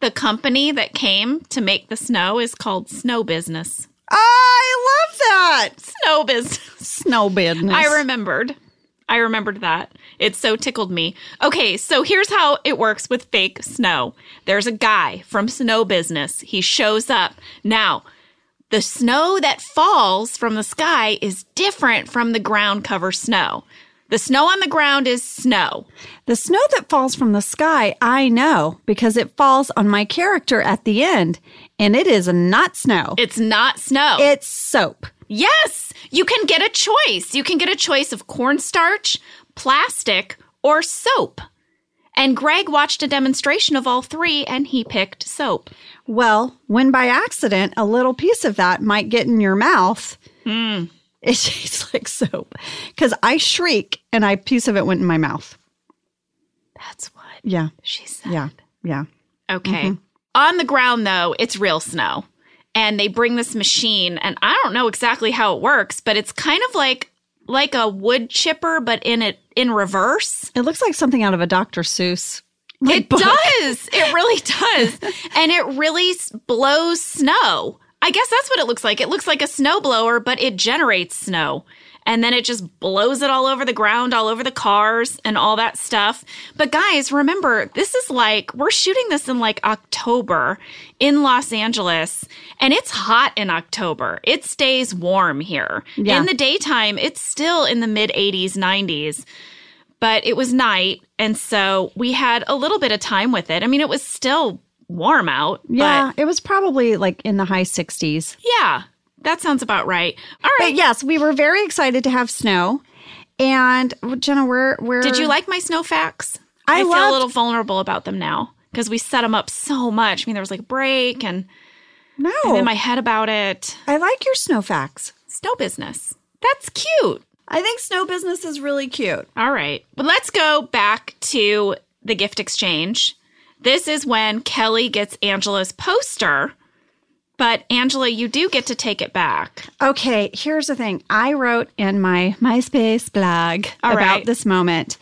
A: the company that came to make the snow is called Snow Business.
B: I love that
A: Snow Business.
B: snow business.
A: I remembered. I remembered that. It so tickled me. Okay, so here's how it works with fake snow. There's a guy from Snow Business. He shows up. Now, The snow that falls from the sky is different from the ground cover snow. The snow on the ground is snow.
B: The snow that falls from the sky, I know because it falls on my character at the end, and it is not snow.
A: It's not snow.
B: It's soap.
A: yes, you can get a choice. You can get a choice of cornstarch, plastic, or soap. And Greg watched a demonstration of all three and he picked soap.
B: Well, when by accident a little piece of that might get in your mouth,
A: Hmm.
B: it tastes like soap. Because I shriek and a piece of it went in my mouth.
A: That's what
B: Yeah,
A: she said.
B: yeah, yeah.
A: Okay. On the ground, though, it's real snow. And they bring this machine, and I don't know exactly how it works, but it's kind of like like a wood chipper, but in it in reverse.
B: It looks like something out of a Dr. Seuss.
A: it does. It really does, and it really s- blows snow. I guess that's what it looks like. It looks like a snowblower, but it generates snow. And then it just blows it all over the ground, all over the cars, and all that stuff. But guys, remember, this is like, we're shooting this in like October in Los Angeles, and it's hot in October. It stays warm here.
B: Yeah.
A: In the daytime, it's still in the mid 80s, 90s but it was night and so we had a little bit of time with it i mean it was still warm out
B: Yeah, it was probably like in the high 60s.
A: but yeah that sounds about right all
B: But
A: right
B: yes, we were very excited to have snow. And Jenna, where where
A: did you like my snow facts
B: I
A: feel a
B: loved-
A: little vulnerable about them now because we set them up so much i mean there was like a break and
B: No,
A: i'm in my head about it
B: I like your snow facts.
A: snow business that's cute
B: I think snow business is really cute.
A: All right. But let's go back to the gift exchange. This is when Kelly gets Angela's poster. But Angela, you do get to take it back.
B: Okay, here's the thing. I wrote in my MySpace blog
A: All
B: about
A: right.
B: this moment,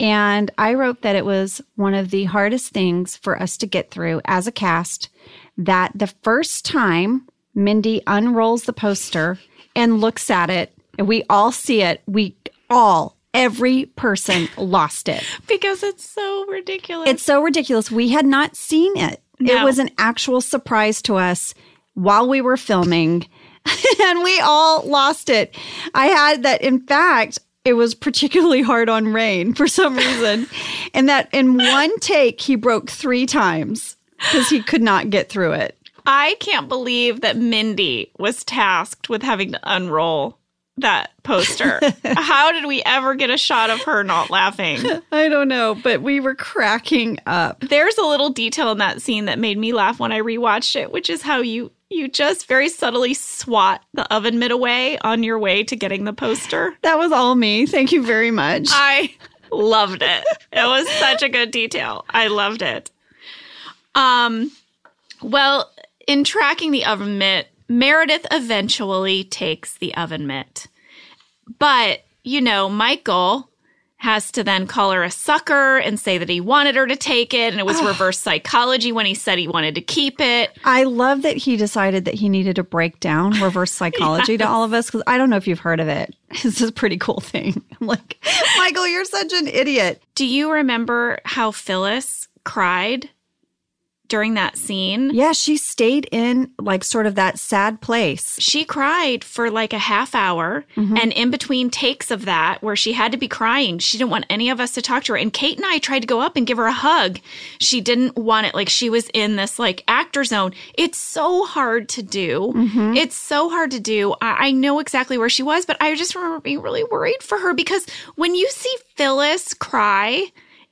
B: and I wrote that it was one of the hardest things for us to get through as a cast. That the first time Mindy unrolls the poster and looks at it, and we all see it, we all, every person lost it.
A: Because it's so ridiculous.
B: It's so ridiculous. We had not seen it. It
A: No.
B: was an actual surprise to us while we were filming, and we all lost it. I had that, in fact, it was particularly hard on Rain for some reason, and that in one take, he broke three times because he could not get through it.
A: I can't believe that Mindy was tasked with having to unroll that poster. How did we ever get a shot of her not laughing?
B: I don't know, but we were cracking up.
A: There's a little detail in that scene that made me laugh when I rewatched it, which is how you you just very subtly swat the oven mitt away on your way to getting the poster.
B: That was all me. Thank you very much.
A: I loved it. It was such a good detail. I loved it. Um well, in tracking the oven mitt, Meredith eventually takes the oven mitt. But, you know, Michael has to then call her a sucker and say that he wanted her to take it and it was reverse psychology when he said he wanted to keep it.
B: I love that he decided that he needed to break down reverse psychology to all of us because I don't know if you've heard of it. This is a pretty cool thing. I'm like, Michael, you're such an idiot.
A: Do you remember how Phyllis cried during that scene?
B: Yeah, she stayed in like sort of that sad place.
A: she cried for like a half hour
B: Mm-hmm.
A: and in between takes of that where she had to be crying she didn't want any of us to talk to her and kate and i tried to go up and give her a hug she didn't want it like she was in this like actor zone it's so hard to do
B: Mm-hmm.
A: it's so hard to do I-, I know exactly where she was but i just remember being really worried for her because when you see phyllis cry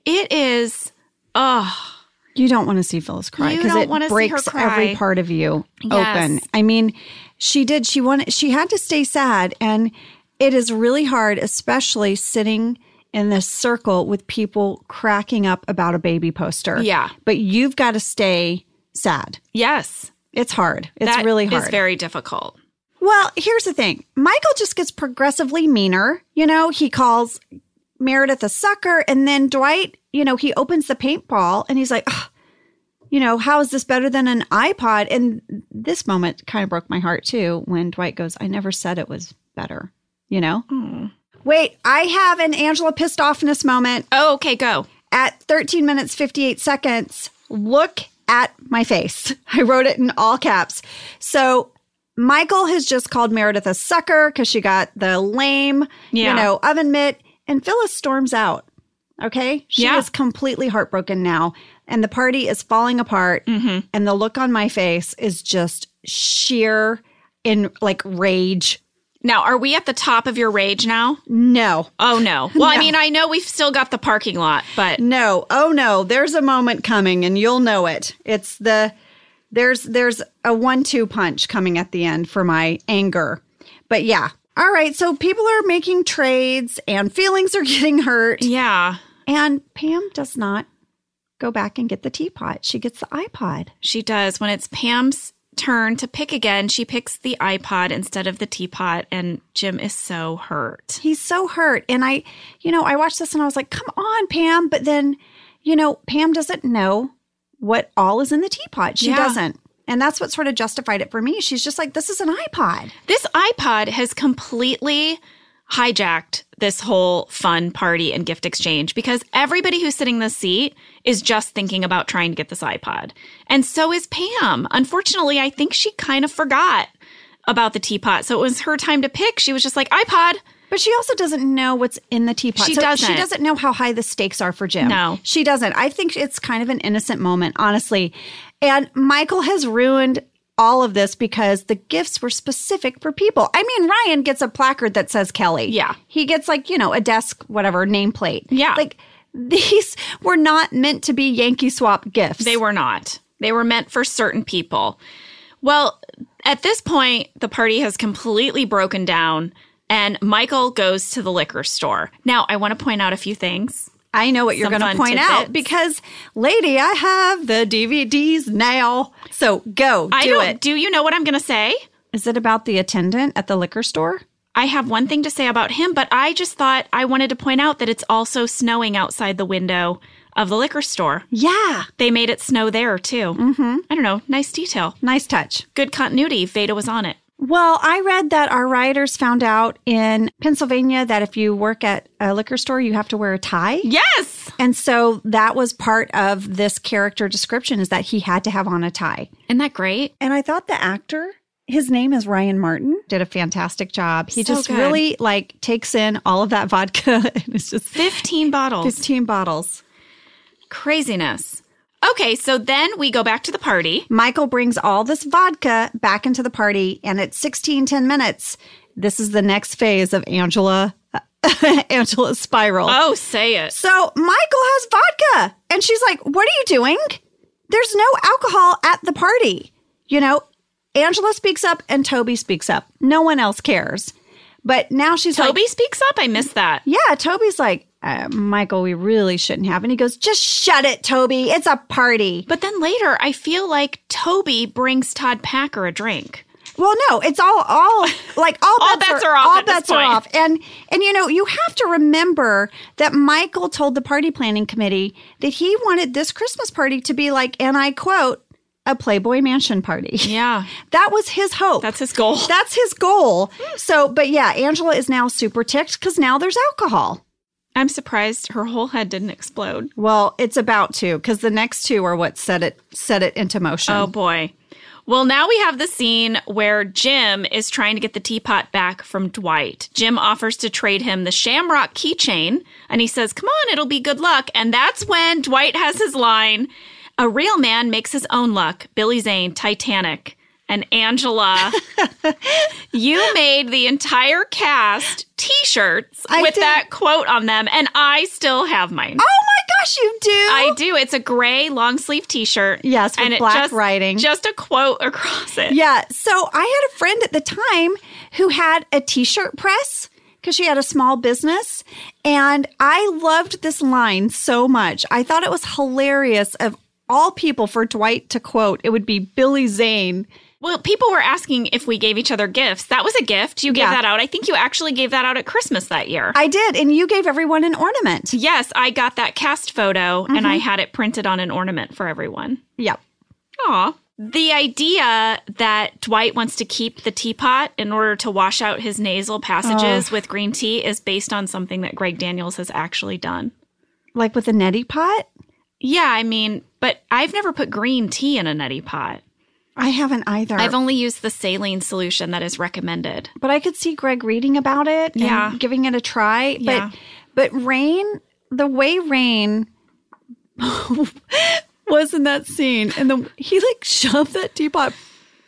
A: it is oh
B: You don't want to see Phyllis cry
A: You
B: because
A: don't
B: it
A: wanna see her
B: breaks every
A: cry.
B: part of you
A: Yes.
B: open. I mean, she did. She wanted. She had to stay sad, and it is really hard, especially sitting in this circle with people cracking up about a baby poster.
A: Yeah.
B: but you've got to stay sad.
A: yes
B: It's hard. It's
A: that
B: really hard.
A: is very difficult
B: well, here's the thing. Michael just gets progressively meaner. You know, he calls Meredith a sucker, and then Dwight, you know, he opens the paintball and he's like, "Ugh, you know, how is this better than an iPod? And this moment kind of broke my heart too when Dwight goes, I never said it was better, you know? Wait, I have an Angela pissed offness moment
A: oh okay go
B: at 13 minutes 58 seconds look at my face i wrote it in all caps so Michael has just called Meredith a sucker because she got the lame,
A: Yeah.
B: you know, oven mitt. And Phyllis storms out. Okay. She
A: Yeah.
B: is completely heartbroken now. And the party is falling apart.
A: Mhm.
B: And the look on my face is just sheer in like rage.
A: Now, are we at the top of your rage now?
B: No.
A: Oh no. Well, I
B: No.
A: mean, I know we've still got the parking lot, but
B: No, oh no, there's a moment coming and you'll know it. It's the there's there's a one-two punch coming at the end for my anger. But yeah. All right, so people are making trades and feelings are getting hurt
A: yeah,
B: and Pam does not go back and get the teapot. She gets the iPod.
A: she does. When it's Pam's turn to pick again, she picks the iPod instead of the teapot, and Jim is so hurt.
B: He's so hurt. And I, you know, I watched this and I was like, come on, Pam. But then, you know, Pam doesn't know what all is in the teapot. She
A: Yeah.
B: doesn't. And that's what sort of justified it for me. She's just like, this is an iPod.
A: This iPod has completely hijacked this whole fun party and gift exchange because everybody who's sitting in this seat is just thinking about trying to get this iPod. And so is Pam. Unfortunately, I think she kind of forgot about the teapot. So it was her time to pick. She was just like, iPod.
B: But she also doesn't know what's in the teapot.
A: She
B: So She
A: doesn't.
B: doesn't know how high the stakes are for Jim.
A: No.
B: She doesn't. I think it's kind of an innocent moment, honestly. And Michael has ruined all of this because the gifts were specific for people. I mean, Ryan gets a placard that says Kelly.
A: Yeah.
B: He gets like, you know, a desk, whatever, nameplate.
A: Yeah.
B: Like these were not meant to be Yankee swap gifts.
A: They were not. They were meant for certain people. Well, at this point, the party has completely broken down and Michael goes to the liquor store. Now, I want to point out a few things.
B: I know what you're
A: Some
B: going to
A: fun
B: point out
A: tidbits.
B: because, lady, I have the DVDs now. So go do
A: I don't,
B: it.
A: Do you know what I'm going to say?
B: Is it about the attendant at the liquor store?
A: I have one thing to say about him, but I just thought I wanted to point out that it's also snowing outside the window of the liquor store.
B: Yeah.
A: They made it snow there too. Mm-hmm. I don't know. Nice detail.
B: Nice touch.
A: Good continuity. Veda was on it.
B: Well, I read that our rioters found out in Pennsylvania that if you work at a liquor store, you have to wear a tie.
A: Yes.
B: And so that was part of this character description is that he had to have on a tie.
A: Isn't that great?
B: And I thought the actor, his name is Ryan Martin, did a fantastic job. He
A: So
B: just
A: good.
B: really like takes in all of that vodka and it's just
A: 15 bottles.
B: 15 bottles.
A: Craziness. Okay, so then we go back to the party.
B: Michael brings all this vodka back into the party, and at 16, 10 minutes, this is the next phase of Angela Angela's spiral.
A: Oh, say it.
B: So Michael has vodka, and she's like, What are you doing? There's no alcohol at the party. You know, Angela speaks up and Toby speaks up. No one else cares. But now she's like,
A: Toby speaks up. I missed that.
B: yeah, Toby's like, uh, Michael, we really shouldn't have. And he goes, just shut it, Toby. It's a party.
A: But then later, I feel like Toby brings Todd Packer a drink.
B: Well, no, it's all all like all,
A: All bets are off
B: All
A: at this
B: bets are
A: point.
B: off, and and you know you have to remember that Michael told the party planning committee that he wanted this Christmas party to be like, and I quote, a Playboy Mansion party.
A: Yeah,
B: That was his hope.
A: that's Hmm. his goal.
B: That's his goal. So, but yeah, Angela is now super ticked because now there's alcohol.
A: I'm surprised her whole head didn't explode.
B: Well, it's about to because the next two are what set it set it into motion.
A: Oh boy. Well, now we have the scene where Jim is trying to get the teapot back from Dwight. Jim offers to trade him the shamrock keychain, and he says, Come on, it'll be good luck. And that's when Dwight has his line A real man makes his own luck. Billy Zane, Titanic. And Angela, you made the entire cast t shirts
B: I
A: with
B: did.
A: that quote on them, and I still have mine.
B: Oh my gosh, you do!
A: I do. It's a gray long sleeve t shirt.
B: Yes, with
A: and it
B: black
A: just,
B: writing.
A: Just a quote across it.
B: Yeah. So I had a friend at the time who had a t shirt press because she had a small business. And I loved this line so much. I thought it was hilarious of all people for Dwight to quote, it would be Billy Zane.
A: Well, people were asking if we gave each other gifts. That was a gift. You gave
B: Yeah.
A: that out. I think you actually gave that out at Christmas that year.
B: I did. And you gave everyone an ornament.
A: yes, I got that cast photo and
B: Mm-hmm.
A: I had it printed on an ornament for everyone.
B: Yep.
A: Aw. The idea that Dwight wants to keep the teapot in order to wash out his nasal passages with green tea is based on something that Greg Daniels has actually done.
B: Like with a neti pot.
A: Yeah, I mean, but I've never put green tea in a neti pot.
B: I haven't either.
A: I've only used the saline solution that is recommended.
B: but I could see Greg reading about it and
A: Yeah.
B: giving it a try.
A: Yeah.
B: But but Rain, the way Rain
F: was in that scene, and the he like shoved that teapot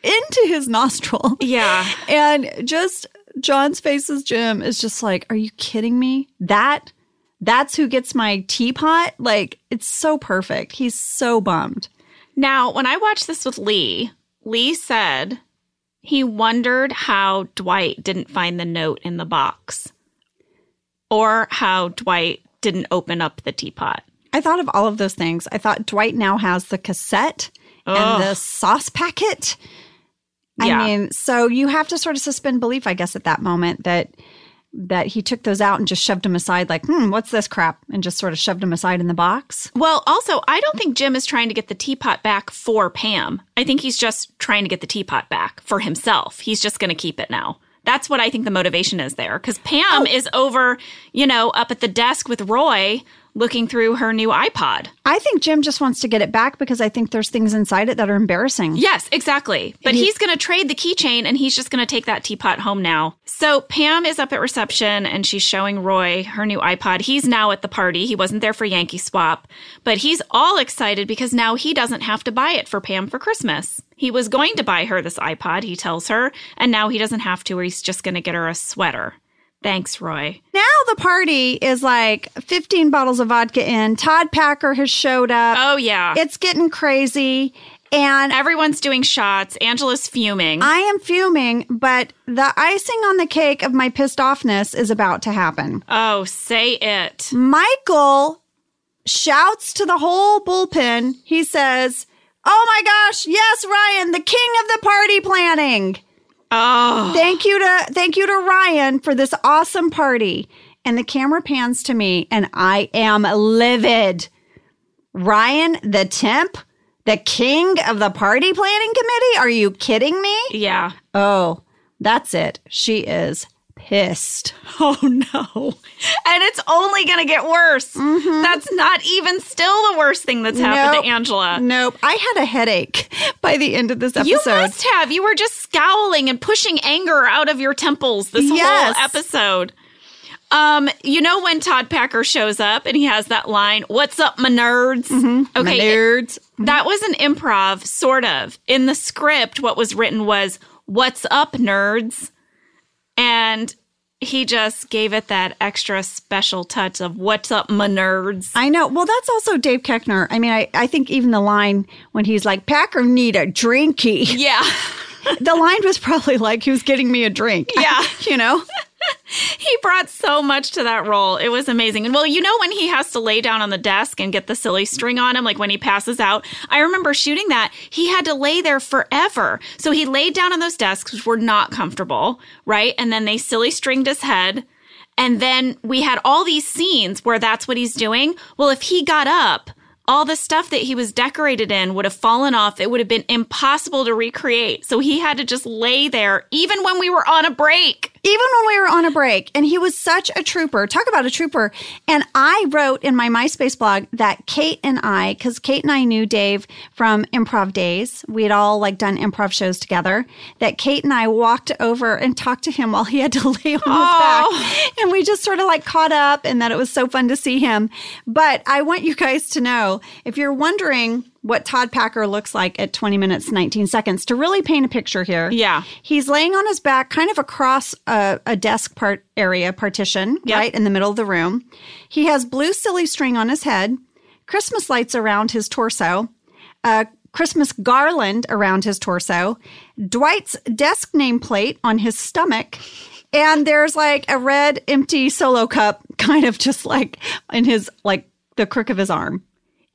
F: into his nostril.
A: Yeah.
F: And just John's faces, Jim is just like, Are you kidding me? That that's who gets my teapot? Like, it's so perfect. He's so bummed.
A: Now, when I watched this with Lee, Lee said he wondered how Dwight didn't find the note in the box or how Dwight didn't open up the teapot.
F: I thought of all of those things. I thought Dwight now has the cassette
A: Ugh.
F: and the sauce packet.
A: Yeah.
F: I mean,
B: so you have to sort of suspend belief, I guess, at that moment that that he took those out and just shoved them aside, like, hmm, what's this crap? And just sort of shoved them aside in the box.
A: Well, also, I don't think Jim is trying to get the teapot back for Pam. I think he's just trying to get the teapot back for himself. He's just going to keep it now. That's what I think the motivation is there because Pam is over, you know, up at the desk with Roy looking through her new iPod.
B: I think Jim just wants to get it back because I think there's things inside it that are embarrassing.
A: Yes, exactly. But he's going to trade the keychain and he's just going to take that teapot home now. So Pam is up at reception and she's showing Roy her new iPod. He's now at the party. He wasn't there for Yankee Swap, but he's all excited because now he doesn't have to buy it for Pam for Christmas. He was going to buy her this iPod, he tells her, and now he doesn't have to. Or he's just going to get her a sweater. Thanks, Roy.
B: Now the party is like 15 bottles of vodka in. Todd Packer has showed up.
A: Oh, yeah.
B: It's getting crazy. And
A: Everyone's doing shots. Angela's fuming.
B: I am fuming, but the icing on the cake of my pissed offness is about to happen.
A: oh, say it.
B: Michael shouts to the whole bullpen. He says, Oh my gosh, yes, Ryan, the king of the party planning.
A: Oh,
B: Thank you to thank you to Ryan for this awesome party. And the camera pans to me and I am livid. Ryan, the temp, the king of the party planning committee? Are you kidding me?
A: yeah.
B: Oh, that's it. She is pissed.
A: Oh no. And it's only going to get worse. That's not even still the worst thing that's happened
B: Nope.
A: to Angela.
B: Nope. I had a headache by the end of this episode.
A: You must have. You were just scowling and pushing anger out of your temples this
B: Yes.
A: whole episode. Um, you know when Todd Packer shows up and he has that line, "What's up, my nerds?" Okay,
F: my nerds.
A: that was an improv, sort of. In the script, what was written was, What's up, nerds? And he just gave it that extra special touch of, What's up, my nerds?
B: I know. Well, that's also Dave Keckner. I mean, I, I think even the line when he's like, Packer need a drinky.
A: Yeah.
B: the line was probably like he was getting me a drink.
A: Yeah.
B: you know?
A: he brought so much to that role. It was amazing. And well, you know, when he has to lay down on the desk and get the silly string on him, like when he passes out, I remember shooting that. He had to lay there forever. So he laid down on those desks, which were not comfortable, right? And then they silly stringed his head. And then we had all these scenes where that's what he's doing. Well, if he got up, all the stuff that he was decorated in would have fallen off. It would have been impossible to recreate. So he had to just lay there, even when we were on a break.
B: even when we were on a break and he was such a trooper talk about a trooper and i wrote in my myspace blog that kate and i because kate and i knew dave from improv days we had all like done improv shows together that kate and i walked over and talked to him while he had to lay on his back and we just sort of like caught up and that it was so fun to see him but i want you guys to know if you're wondering what Todd Packer looks like at 20 minutes, 19 seconds to really paint a picture here.
A: Yeah.
B: He's laying on his back, kind of across a, a desk part area partition,
A: Yep.
B: right in the middle of the room. He has blue silly string on his head, Christmas lights around his torso, a Christmas garland around his torso, Dwight's desk nameplate on his stomach, and there's like a red empty solo cup, kind of just like in his like the crook of his arm.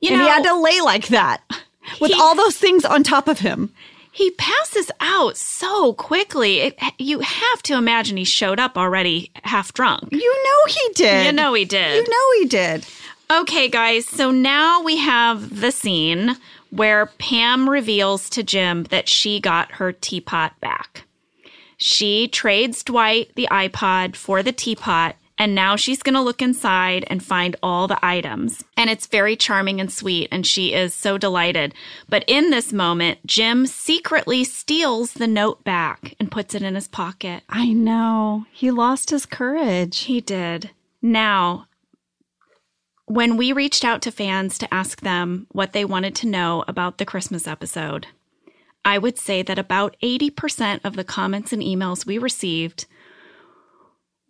A: You
B: and
A: know,
B: he had to lay like that with
A: He-
B: all those things on top of him.
A: He passes out so quickly. It, you have to imagine he showed up already half drunk.
B: You know he did.
A: You know he did.
B: You know he did.
A: Okay, guys, so now we have the scene where Pam reveals to Jim that she got her teapot back. She trades Dwight the iPod for the teapot And now she's going to look inside and find all the items. And it's very charming and sweet, and she is so delighted. But in this moment, Jim secretly steals the note back and puts it in his pocket.
B: I know. He lost his courage.
A: He did. Now, when we reached out to fans to ask them what they wanted to know about the Christmas episode, I would say that about 80% of the comments and emails we received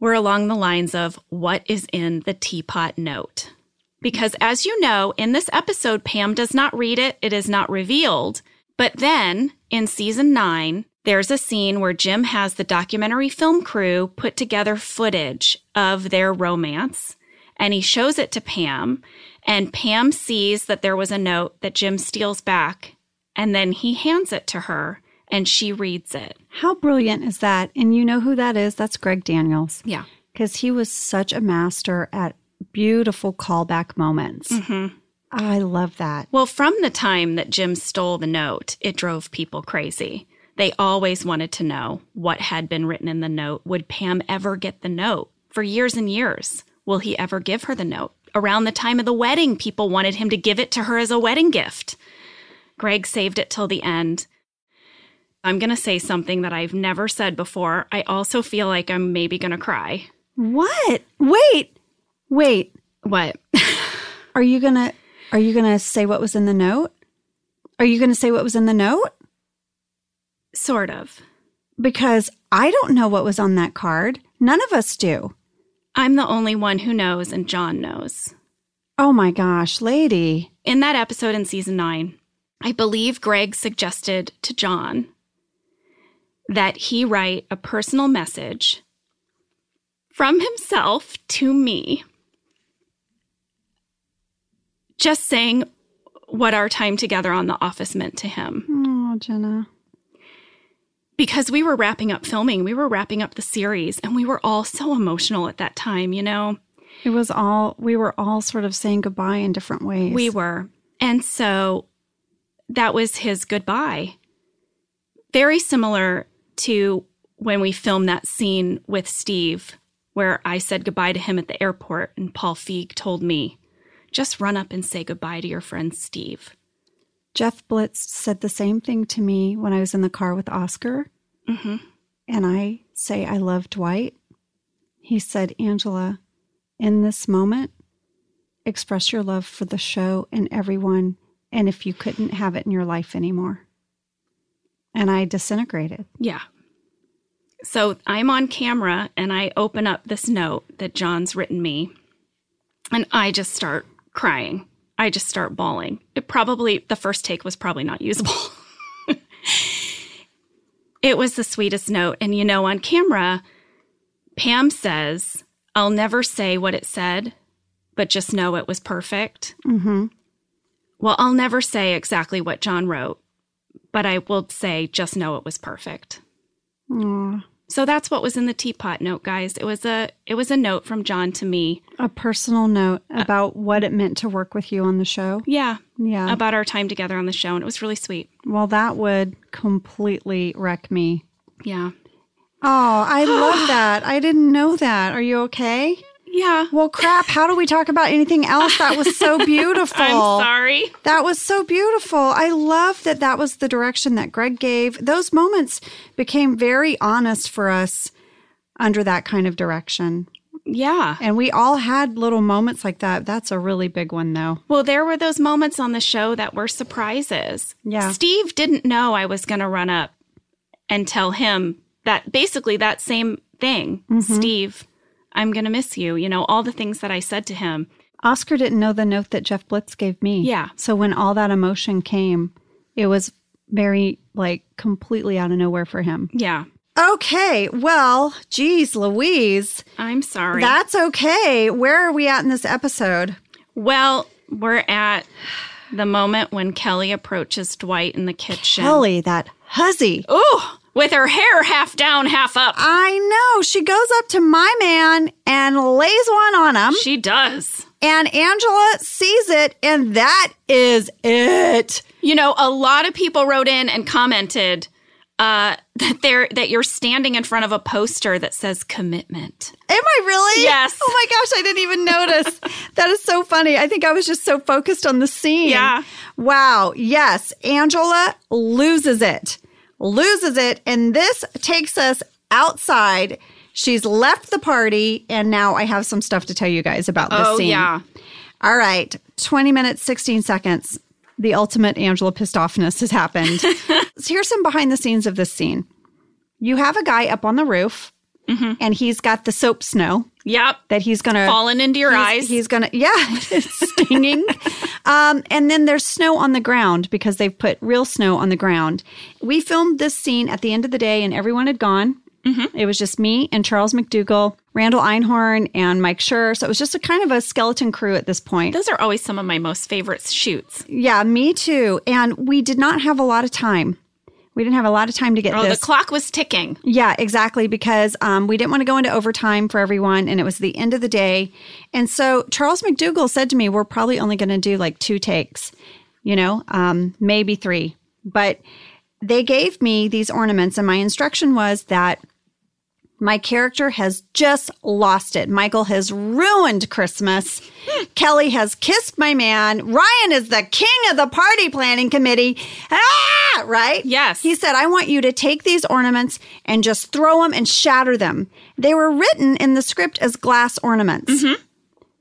A: were along the lines of what is in the teapot note. Because as you know, in this episode, Pam does not read it, it is not revealed. But then in season nine, there's a scene where Jim has the documentary film crew put together footage of their romance and he shows it to Pam. And Pam sees that there was a note that Jim steals back and then he hands it to her and she reads it.
B: How brilliant is that? And you know who that is? That's Greg Daniels.
A: Yeah.
B: Because he was such a master at beautiful callback moments. I love that.
A: Well, from the time that Jim stole the note, it drove people crazy. They always wanted to know what had been written in the note. Would Pam ever get the note? For years and years, will he ever give her the note? Around the time of the wedding, people wanted him to give it to her as a wedding gift. Greg saved it till the end. I'm going to say something that I've never said before. I also feel like I'm maybe going to cry.
B: What? Wait. Wait.
A: What?
B: Are you going to are you going to say what was in the note? Are you going to say what was in the note?
A: sort of.
B: Because I don't know what was on that card. None of us do.
A: I'm the only one who knows, and John knows.
B: Oh my gosh, lady.
A: in that episode in season nine, I believe Greg suggested to John that he write a personal message from himself to me, just saying what our time together on The Office meant to him
B: Oh, Jenna.
A: because we were wrapping up filming, we were wrapping up the series, and we were all so emotional at that time, you know?
B: It was all we were all sort of saying goodbye in different ways.
A: We were. And so that was his goodbye. Very similar to when we filmed that scene with Steve, where I said goodbye to him at the airport, and Paul Feig told me, just run up and say goodbye to your friend Steve.
B: Jeff Blitz said the same thing to me when I was in the car with Oscar.
A: hmm
B: and I say I love Dwight, he said, Angela, in this moment, express your love for the show and everyone, and if you couldn't have it in your life anymore. And I disintegrated.
A: Yeah. So I'm on camera and I open up this note that John's written me and I just start crying. I just start bawling. It probably, the first take was probably not usable. it was the sweetest note. And you know, on camera, Pam says, I'll never say what it said, but just know it was perfect.
B: Mm-hmm.
A: Well, I'll never say exactly what John wrote, but I will say just know it was perfect. So that's what was in the teapot note, guys. It was a it was a note from John to me.
B: A personal note about what it meant to work with you on the show.
A: Yeah,
B: Yeah.
A: about our time together on the show, and it was really sweet.
B: well, that would completely wreck me.
A: Yeah,
B: Oh, I love that. I didn't know that. Are you okay?
A: yeah.
B: Well, crap. How do we talk about anything else? That was so beautiful.
A: I'm sorry.
B: That was so beautiful. I love that that was the direction that Greg gave. Those moments became very honest for us under that kind of direction.
A: Yeah.
B: And we all had little moments like that. That's a really big one, though.
A: Well, there were those moments on the show that were surprises.
B: Yeah.
A: Steve didn't know I was going to run up and tell him that basically that same thing. Steve, I'm going to miss you. You know, all the things that I said to him.
B: Oscar didn't know the note that Jeff Blitz gave me.
A: Yeah.
B: So when all that emotion came, it was very, like, completely out of nowhere for him.
A: Yeah.
B: Okay. Well, geez, Louise.
A: I'm sorry.
B: That's okay. Where are we at in this episode?
A: well, we're at the moment when Kelly approaches Dwight in the kitchen.
B: Kelly, that hussy.
A: Ooh, with her hair half down, half up.
B: I know. She goes up to my man and lays one on him,
A: she does.
B: and Angela sees it, and that is it.
A: You know, a lot of people wrote in and commented, uh, that they're that you're standing in front of a poster that says commitment.
B: Am I really?
A: Yes.
B: Oh my gosh, I didn't even notice. that is so funny. I think I was just so focused on the scene.
A: Yeah.
B: Wow. Yes. Angela loses it, loses it. And this takes us outside. She's left the party. And now I have some stuff to tell you guys about this
A: Oh
B: scene.
A: yeah.
B: All right. 20 minutes, 16 seconds. The ultimate Angela pissed offness has happened. so here's some behind the scenes of this scene. You have a guy up on the roof
A: Mm-hmm.
B: and he's got the soap snow
A: Yep.
B: that he's going to
A: Falling into your eyes.
B: He's gonna, yeah, it's stinging. um, and then there's snow on the ground because they've put real snow on the ground. We filmed this scene at the end of the day, and everyone had gone.
A: Mm-hmm.
B: It was just me and Charles McDougall, Randall Einhorn, and Mike Schur. So it was just a kind of a skeleton crew at this point.
A: Those are always some of my most favorite shoots.
B: Yeah, me too. And we did not have a lot of time. We didn't have a lot of time to get
A: Oh,
B: this.
A: the clock was ticking.
B: Yeah, exactly. Because um, we didn't want to go into overtime for everyone, and it was the end of the day. And so Charles McDougall said to me, "We're probably only going to do like two takes, you know, um, maybe three. But they gave me these ornaments, and my instruction was that my character has just lost it. Michael has ruined Christmas. Kelly has kissed my man. Ryan is the king of the party planning committee. Ah, right?
A: Yes.
B: He said, I want you to take these ornaments and just throw them and shatter them. They were written in the script as glass ornaments.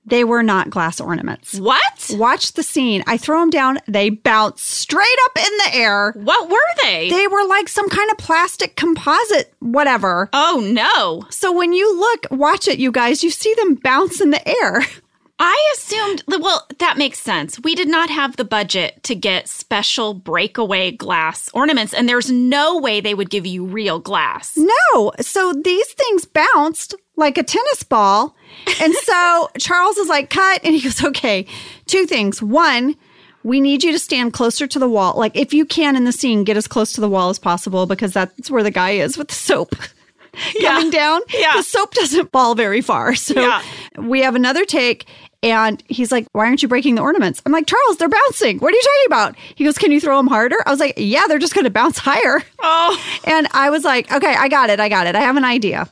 B: They were not glass ornaments.
A: What?
B: Watch the scene. I throw them down. They bounce straight up in the air.
A: What were they?
B: They were like some kind of plastic composite, whatever.
A: oh no.
B: So when you look, watch it, you guys, you see them bounce in the air.
A: I assumed well, that makes sense. We did not have the budget to get special breakaway glass ornaments and there's no way they would give you real glass.
B: No. So these things bounced like a tennis ball. And so Charles is like, cut. And he goes, okay, two things. One, we need you to stand closer to the wall. Like, if you can in the scene, get as close to the wall as possible because that's where the guy is with the soap coming down.
A: Yeah.
B: The soap doesn't fall very far. So
A: Yeah.
B: we have another take. And he's like, Why aren't you breaking the ornaments? I'm like, Charles, they're bouncing. What are you talking about? He goes, Can you throw them harder? I was like, Yeah, they're just going to bounce higher.
A: Oh.
B: And I was like, okay, I got it. I got it. I have an idea.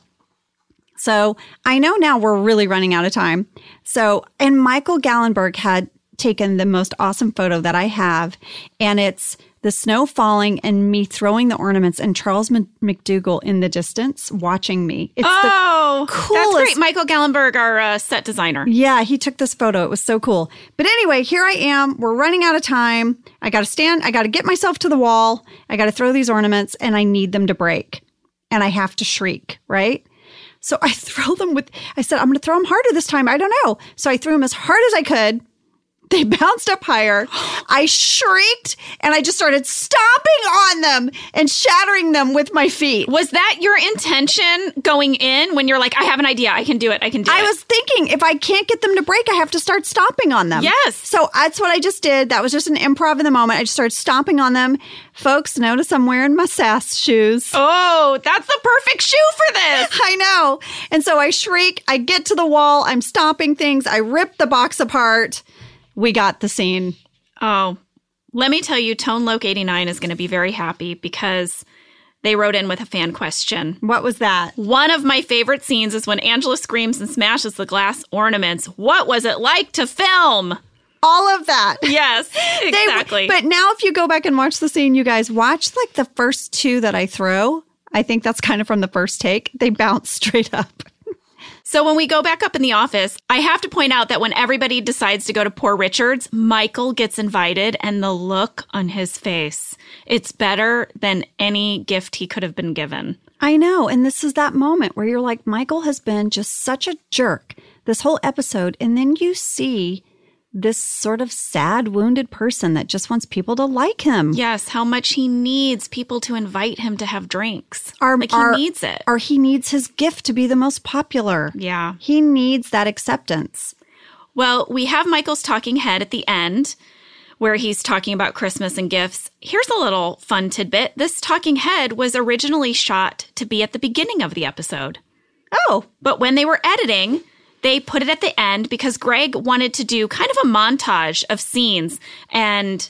B: So I know now we're really running out of time. So, and Michael Gallenberg had taken the most awesome photo that I have. And it's the snow falling and me throwing the ornaments and Charles M- McDougall in the distance watching me. It's the
A: Oh,
B: coolest-
A: That's great. Michael Gallenberg, our uh, set designer.
B: yeah, he took this photo. It was so cool. But anyway, here I am. We're running out of time. I got to stand. I got to get myself to the wall. I got to throw these ornaments and I need them to break. And I have to shriek, right? So I throw them with, I said, I'm going to throw them harder this time. I don't know. So I threw them as hard as I could. They bounced up higher. I shrieked and I just started stomping on them and shattering them with my feet.
A: Was that your intention going in when you're like, I have an idea, I can do it, I can do
B: I
A: it?
B: was thinking if I can't get them to break, I have to start stomping on them.
A: Yes.
B: So that's what I just did. That was just an improv in the moment. I just started stomping on them. Folks, notice I'm wearing my sass shoes.
A: Oh, that's the perfect shoe for this.
B: I know. And so I shriek, I get to the wall, I'm stomping things, I rip the box apart. We got the scene.
A: Oh, let me tell you, Tone Loc 89 is going to be very happy because they wrote in with a fan question.
B: What was that?
A: One of my favorite scenes is when Angela screams and smashes the glass ornaments. What was it like to film?
B: All of that.
A: Yes,
B: They-
A: exactly.
B: but now if you go back and watch the scene, you guys watch like the first two that I throw. I think that's kind of from the first take. They bounce straight up.
A: So when we go back up in the office, I have to point out that when everybody decides to go to Poor Richards, Michael gets invited and the look on his face, it's better than any gift he could have been given.
B: I know. And this is that moment where you're like, Michael has been just such a jerk this whole episode. And then you see this sort of sad, wounded person that just wants people to like him.
A: Yes, how much he needs people to invite him to have drinks.
B: Our-
A: like he
B: our-
A: needs it.
B: Or he needs his gift to be the most popular.
A: yeah.
B: He needs that acceptance.
A: Well, we have Michael's talking head at the end where he's talking about Christmas and gifts. Here's a little fun tidbit. This talking head was originally shot to be at the beginning of the episode.
B: Oh,
A: But when they were editing, they put it at the end because Greg wanted to do kind of a montage of scenes and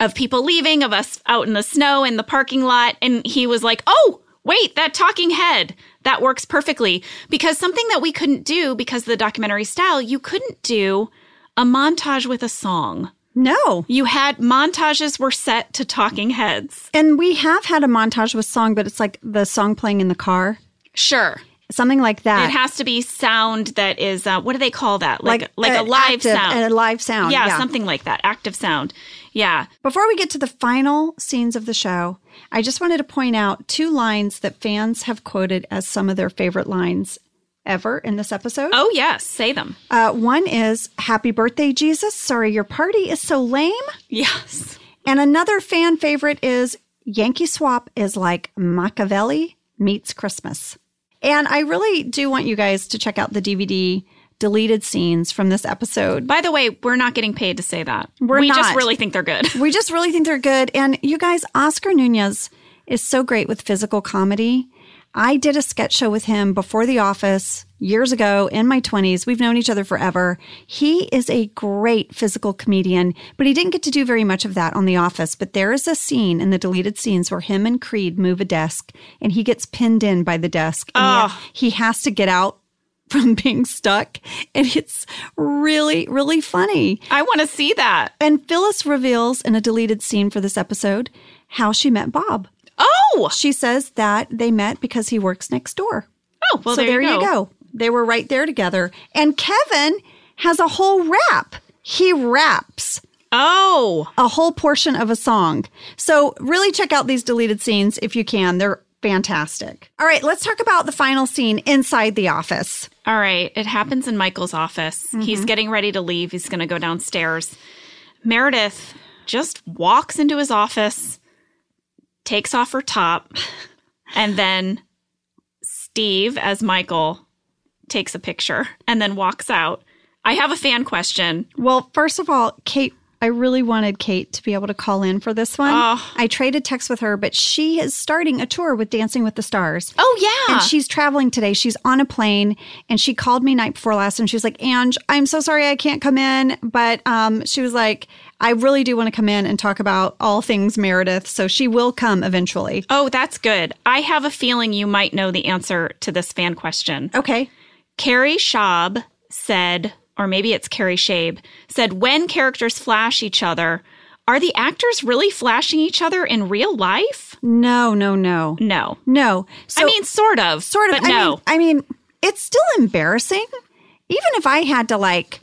A: of people leaving, of us out in the snow in the parking lot. And he was like, oh, wait, that talking head. That works perfectly. Because something that we couldn't do because of the documentary style, you couldn't do a montage with a song.
B: No.
A: You had montages were set to talking heads.
B: And we have had a montage with song, but it's like the song playing in the car,
A: Sure.
B: something like that.
A: It has to be sound that is uh, what do they call that? Like uh, like, a
B: an
A: live
B: active-
A: sound.
B: A live sound.
A: yeah,
B: Yeah.
A: something like that. Active sound. Yeah.
B: Before we get to the final scenes of the show, I just wanted to point out two lines that fans have quoted as some of their favorite lines ever in this episode.
A: Oh yes, say them.
B: Uh, one is Happy birthday, Jesus. Sorry, your party is so lame.
A: Yes.
B: And another fan favorite is Yankee Swap is like Machiavelli meets Christmas. And I really do want you guys to check out the DVD deleted scenes from this episode.
A: By the way, we're not getting paid to say that.
B: We're
A: we just
B: not.
A: really think they're good.
B: We just really think they're good. And you guys, Oscar Nunez is so great with physical comedy. I did a sketch show with him before The Office years ago in my 20s. We've known each other forever. He is a great physical comedian, but he didn't get to do very much of that on The Office. But there is a scene in the deleted scenes where him and Creed move a desk and he gets pinned in by the desk. And he, he has to get out from being stuck. And it's really, really funny.
A: I want to see that.
B: And Phyllis reveals in a deleted scene for this episode how she met Bob.
A: Oh.
B: She says that they met because he works next door.
A: Oh, well
B: so there, you, go. They were right there together. And Kevin has a whole rap. He raps
A: Oh.
B: a whole portion of a song. So really check out these deleted scenes if you can. They're fantastic. All right, let's talk about the final scene inside the office.
A: All right. It happens in Michael's office. He's getting ready to leave. He's going to go downstairs. Meredith just walks into his office, takes off her top, and then Steve, as Michael, takes a picture and then walks out. I have a fan question.
B: Well, first of all, Kate, I really wanted Kate to be able to call in for this one.
A: Oh.
B: I traded text with her, but she is starting a tour with Dancing with the Stars.
A: Oh, yeah.
B: And she's traveling today. She's on a plane, and she called me night before last, and she was like, "Ange, I'm so sorry I can't come in, but um, she was like, I really do want to come in and talk about all things Meredith, so she will come eventually."
A: oh, that's good. I have a feeling you might know the answer to this fan question.
B: Okay,
A: Carrie Schaub said, or maybe it's Carrie Shabe, said, when characters flash each other, are the actors really flashing each other in real life?
B: no, no, no,
A: No.
B: no. So,
A: I mean, sort of.
B: sort of.
A: But
B: I
A: no.
B: mean, I mean, it's still embarrassing. Even if I had to like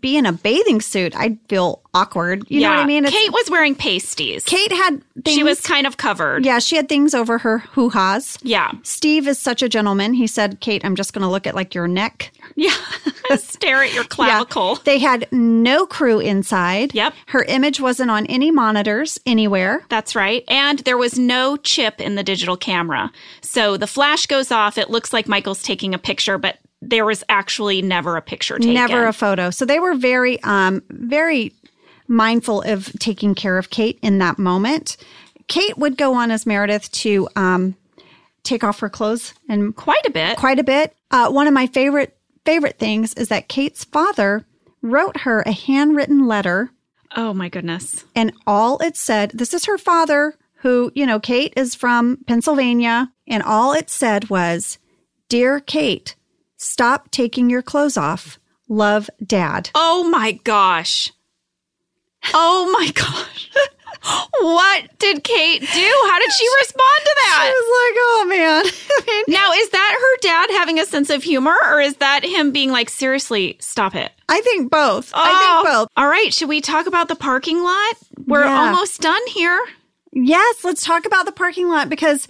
B: be in a bathing suit, I'd feel awkward. You know what I mean? It's-
A: Kate was wearing pasties.
B: Kate had things.
A: she was kind of covered.
B: yeah, she had things over her hoo ha's.
A: Yeah.
B: Steve is such a gentleman. He said, "Kate, I'm just going to look at like your neck."
A: Yeah. Stare at your clavicle.
B: They had no crew inside.
A: Yep.
B: Her image wasn't on any monitors anywhere.
A: That's right. And there was no chip in the digital camera. So the flash goes off. It looks like Michael's taking a picture, but there was actually never a picture taken.
B: Never a photo. So they were very, um, very mindful of taking care of Kate in that moment. Kate would go on as Meredith to um, take off her clothes and
A: Quite a bit.
B: quite a bit. Uh, one of my favorite favorite things is that Kate's father wrote her a handwritten letter,
A: Oh my goodness.
B: and all it said. This is her father, who you know, Kate is from Pennsylvania, and all it said was, "Dear Kate, stop taking your clothes off. Love, Dad."
A: Oh my gosh. Oh my gosh. what did Kate do? How did she respond to
B: I
A: that?
B: was like, oh man. I mean,
A: Now, is that her dad having a sense of humor or is that him being like, seriously, stop it?
B: I think both.
A: Oh.
B: I think both.
A: All right. Should we talk about the parking lot? We're
B: Yeah.
A: almost done here.
B: Yes, let's talk about the parking lot because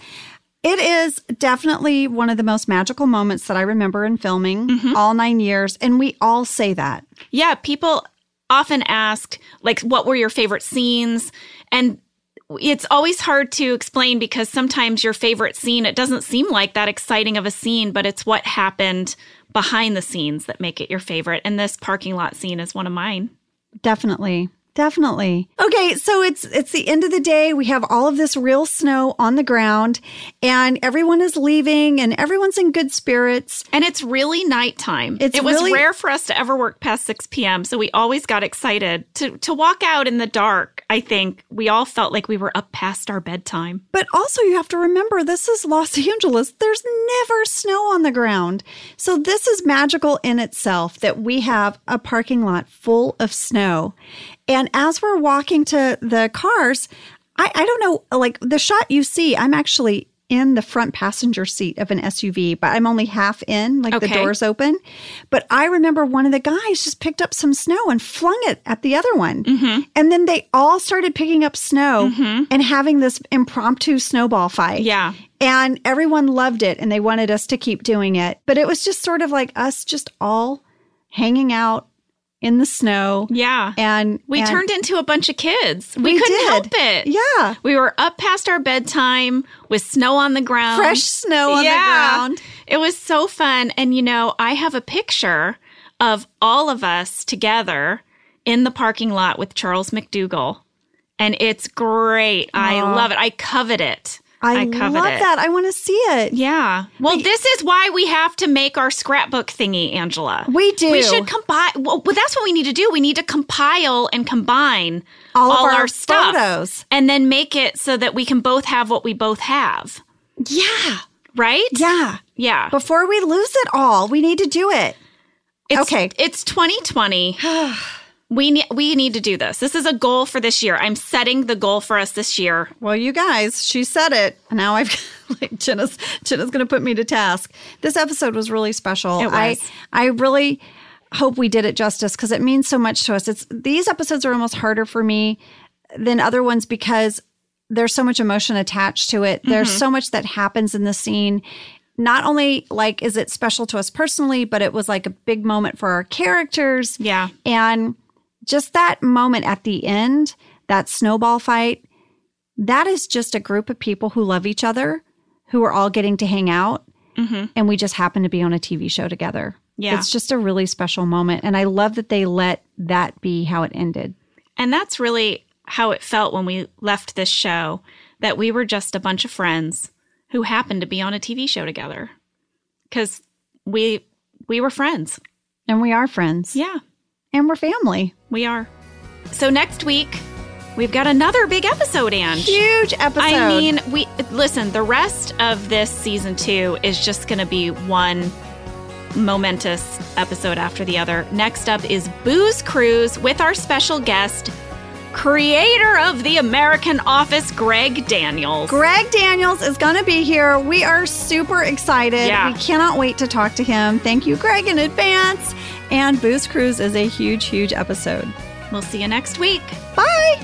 B: it is definitely one of the most magical moments that I remember in filming all nine years. And we all say that.
A: Yeah, people often ask, like, what were your favorite scenes? And it's always hard to explain because sometimes your favorite scene, it doesn't seem like that exciting of a scene, but it's what happened behind the scenes that make it your favorite. And this parking lot scene is one of mine.
B: Definitely. Definitely. Okay, so it's it's the end of the day. We have all of this real snow on the ground and everyone is leaving and everyone's in good spirits.
A: And it's really nighttime.
B: It's
A: it was
B: really-
A: rare for us to ever work past 6 p.m., so we always got excited. To, to walk out in the dark, I think we all felt like we were up past our bedtime.
B: But also you have to remember this is Los Angeles. There's never snow on the ground. So this is magical in itself that we have a parking lot full of snow. And as we're walking to the cars, I, I don't know, like the shot you see, I'm actually in the front passenger seat of an SUV, but I'm only half in, like the
A: Okay.
B: doors open. But I remember one of the guys just picked up some snow and flung it at the other one.
A: Mm-hmm.
B: And then they all started picking up snow and having this impromptu snowball fight.
A: Yeah.
B: And everyone loved it and they wanted us to keep doing it. But it was just sort of like us just all hanging out in the snow.
A: Yeah.
B: And
A: we
B: and-
A: turned into a bunch of kids. We,
B: We
A: couldn't
B: did.
A: help it.
B: Yeah.
A: We were up past our bedtime with snow on the ground.
B: Fresh snow on the ground.
A: It was so fun. And, you know, I have a picture of all of us together in the parking lot with Charles McDougall. And it's great. I love it. I covet it.
B: I,
A: covet
B: love
A: it.
B: that. I want to see it.
A: Yeah. Well, this is why we have to make our scrapbook thingy, Angela.
B: We do.
A: We should compile. Well, well, that's what we need to do. We need to compile and combine
B: All of our
A: stuff
B: photos.
A: and then make it so that we can both have what we both have.
B: Yeah.
A: Right?
B: Yeah.
A: Yeah.
B: Before we lose it all, we need to do it.
A: It's,
B: okay.
A: It's 2020. we need we need to do this. This is a goal for this year. I'm setting the goal for us this year.
B: Well, you guys, she said it. And Now I've like Jenna's Jenna's going to put me to task. This episode was really special.
A: It was.
B: I I really hope we did it justice because it means so much to us. It's these episodes are almost harder for me than other ones because there's so much emotion attached to it. There's
A: Mm-hmm.
B: so much that happens in the scene. Not only like is it special to us personally, but it was like a big moment for our characters.
A: Yeah.
B: And just that moment at the end, that snowball fight, that is just a group of people who love each other, who are all getting to hang out. And we just happen to be on a TV show together.
A: Yeah.
B: It's just a really special moment. And I love that they let that be how it ended.
A: And that's really how it felt when we left this show that we were just a bunch of friends who happened to be on a TV show together. Cuz we we were friends.
B: And we are friends.
A: Yeah,
B: And we're family.
A: we are. So next week, we've got another big episode, Ange.
B: Huge episode.
A: I mean, we listen. The rest of this season two is just going to be one momentous episode after the other. Next up is Booze Cruise with our special guest, creator of the American Office, Greg Daniels.
B: Greg Daniels is going to be here. We are super excited.
A: Yeah.
B: We cannot wait to talk to him. Thank you, Greg, in advance. And Booze Cruise is a huge, huge episode.
A: We'll see you next week.
B: Bye.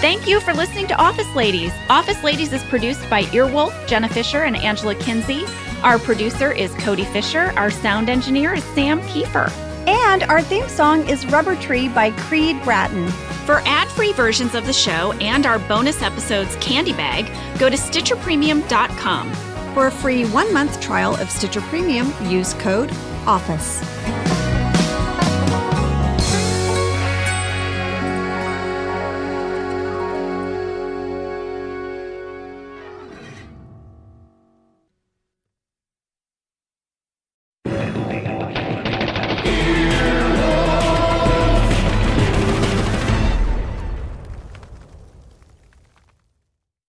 A: Thank you for listening to Office Ladies. Office Ladies is produced by Earwolf, Jenna Fisher, and Angela Kinsey. Our producer is Cody Fisher. Our sound engineer is Sam Kiefer.
D: And our theme song is Rubber Tree by Creed Bratton.
A: For ad-free versions of the show and our bonus episodes Candy Bag, go to StitcherPremium.com.
B: For a free one month trial of Stitcher Premium, use code OFFICE.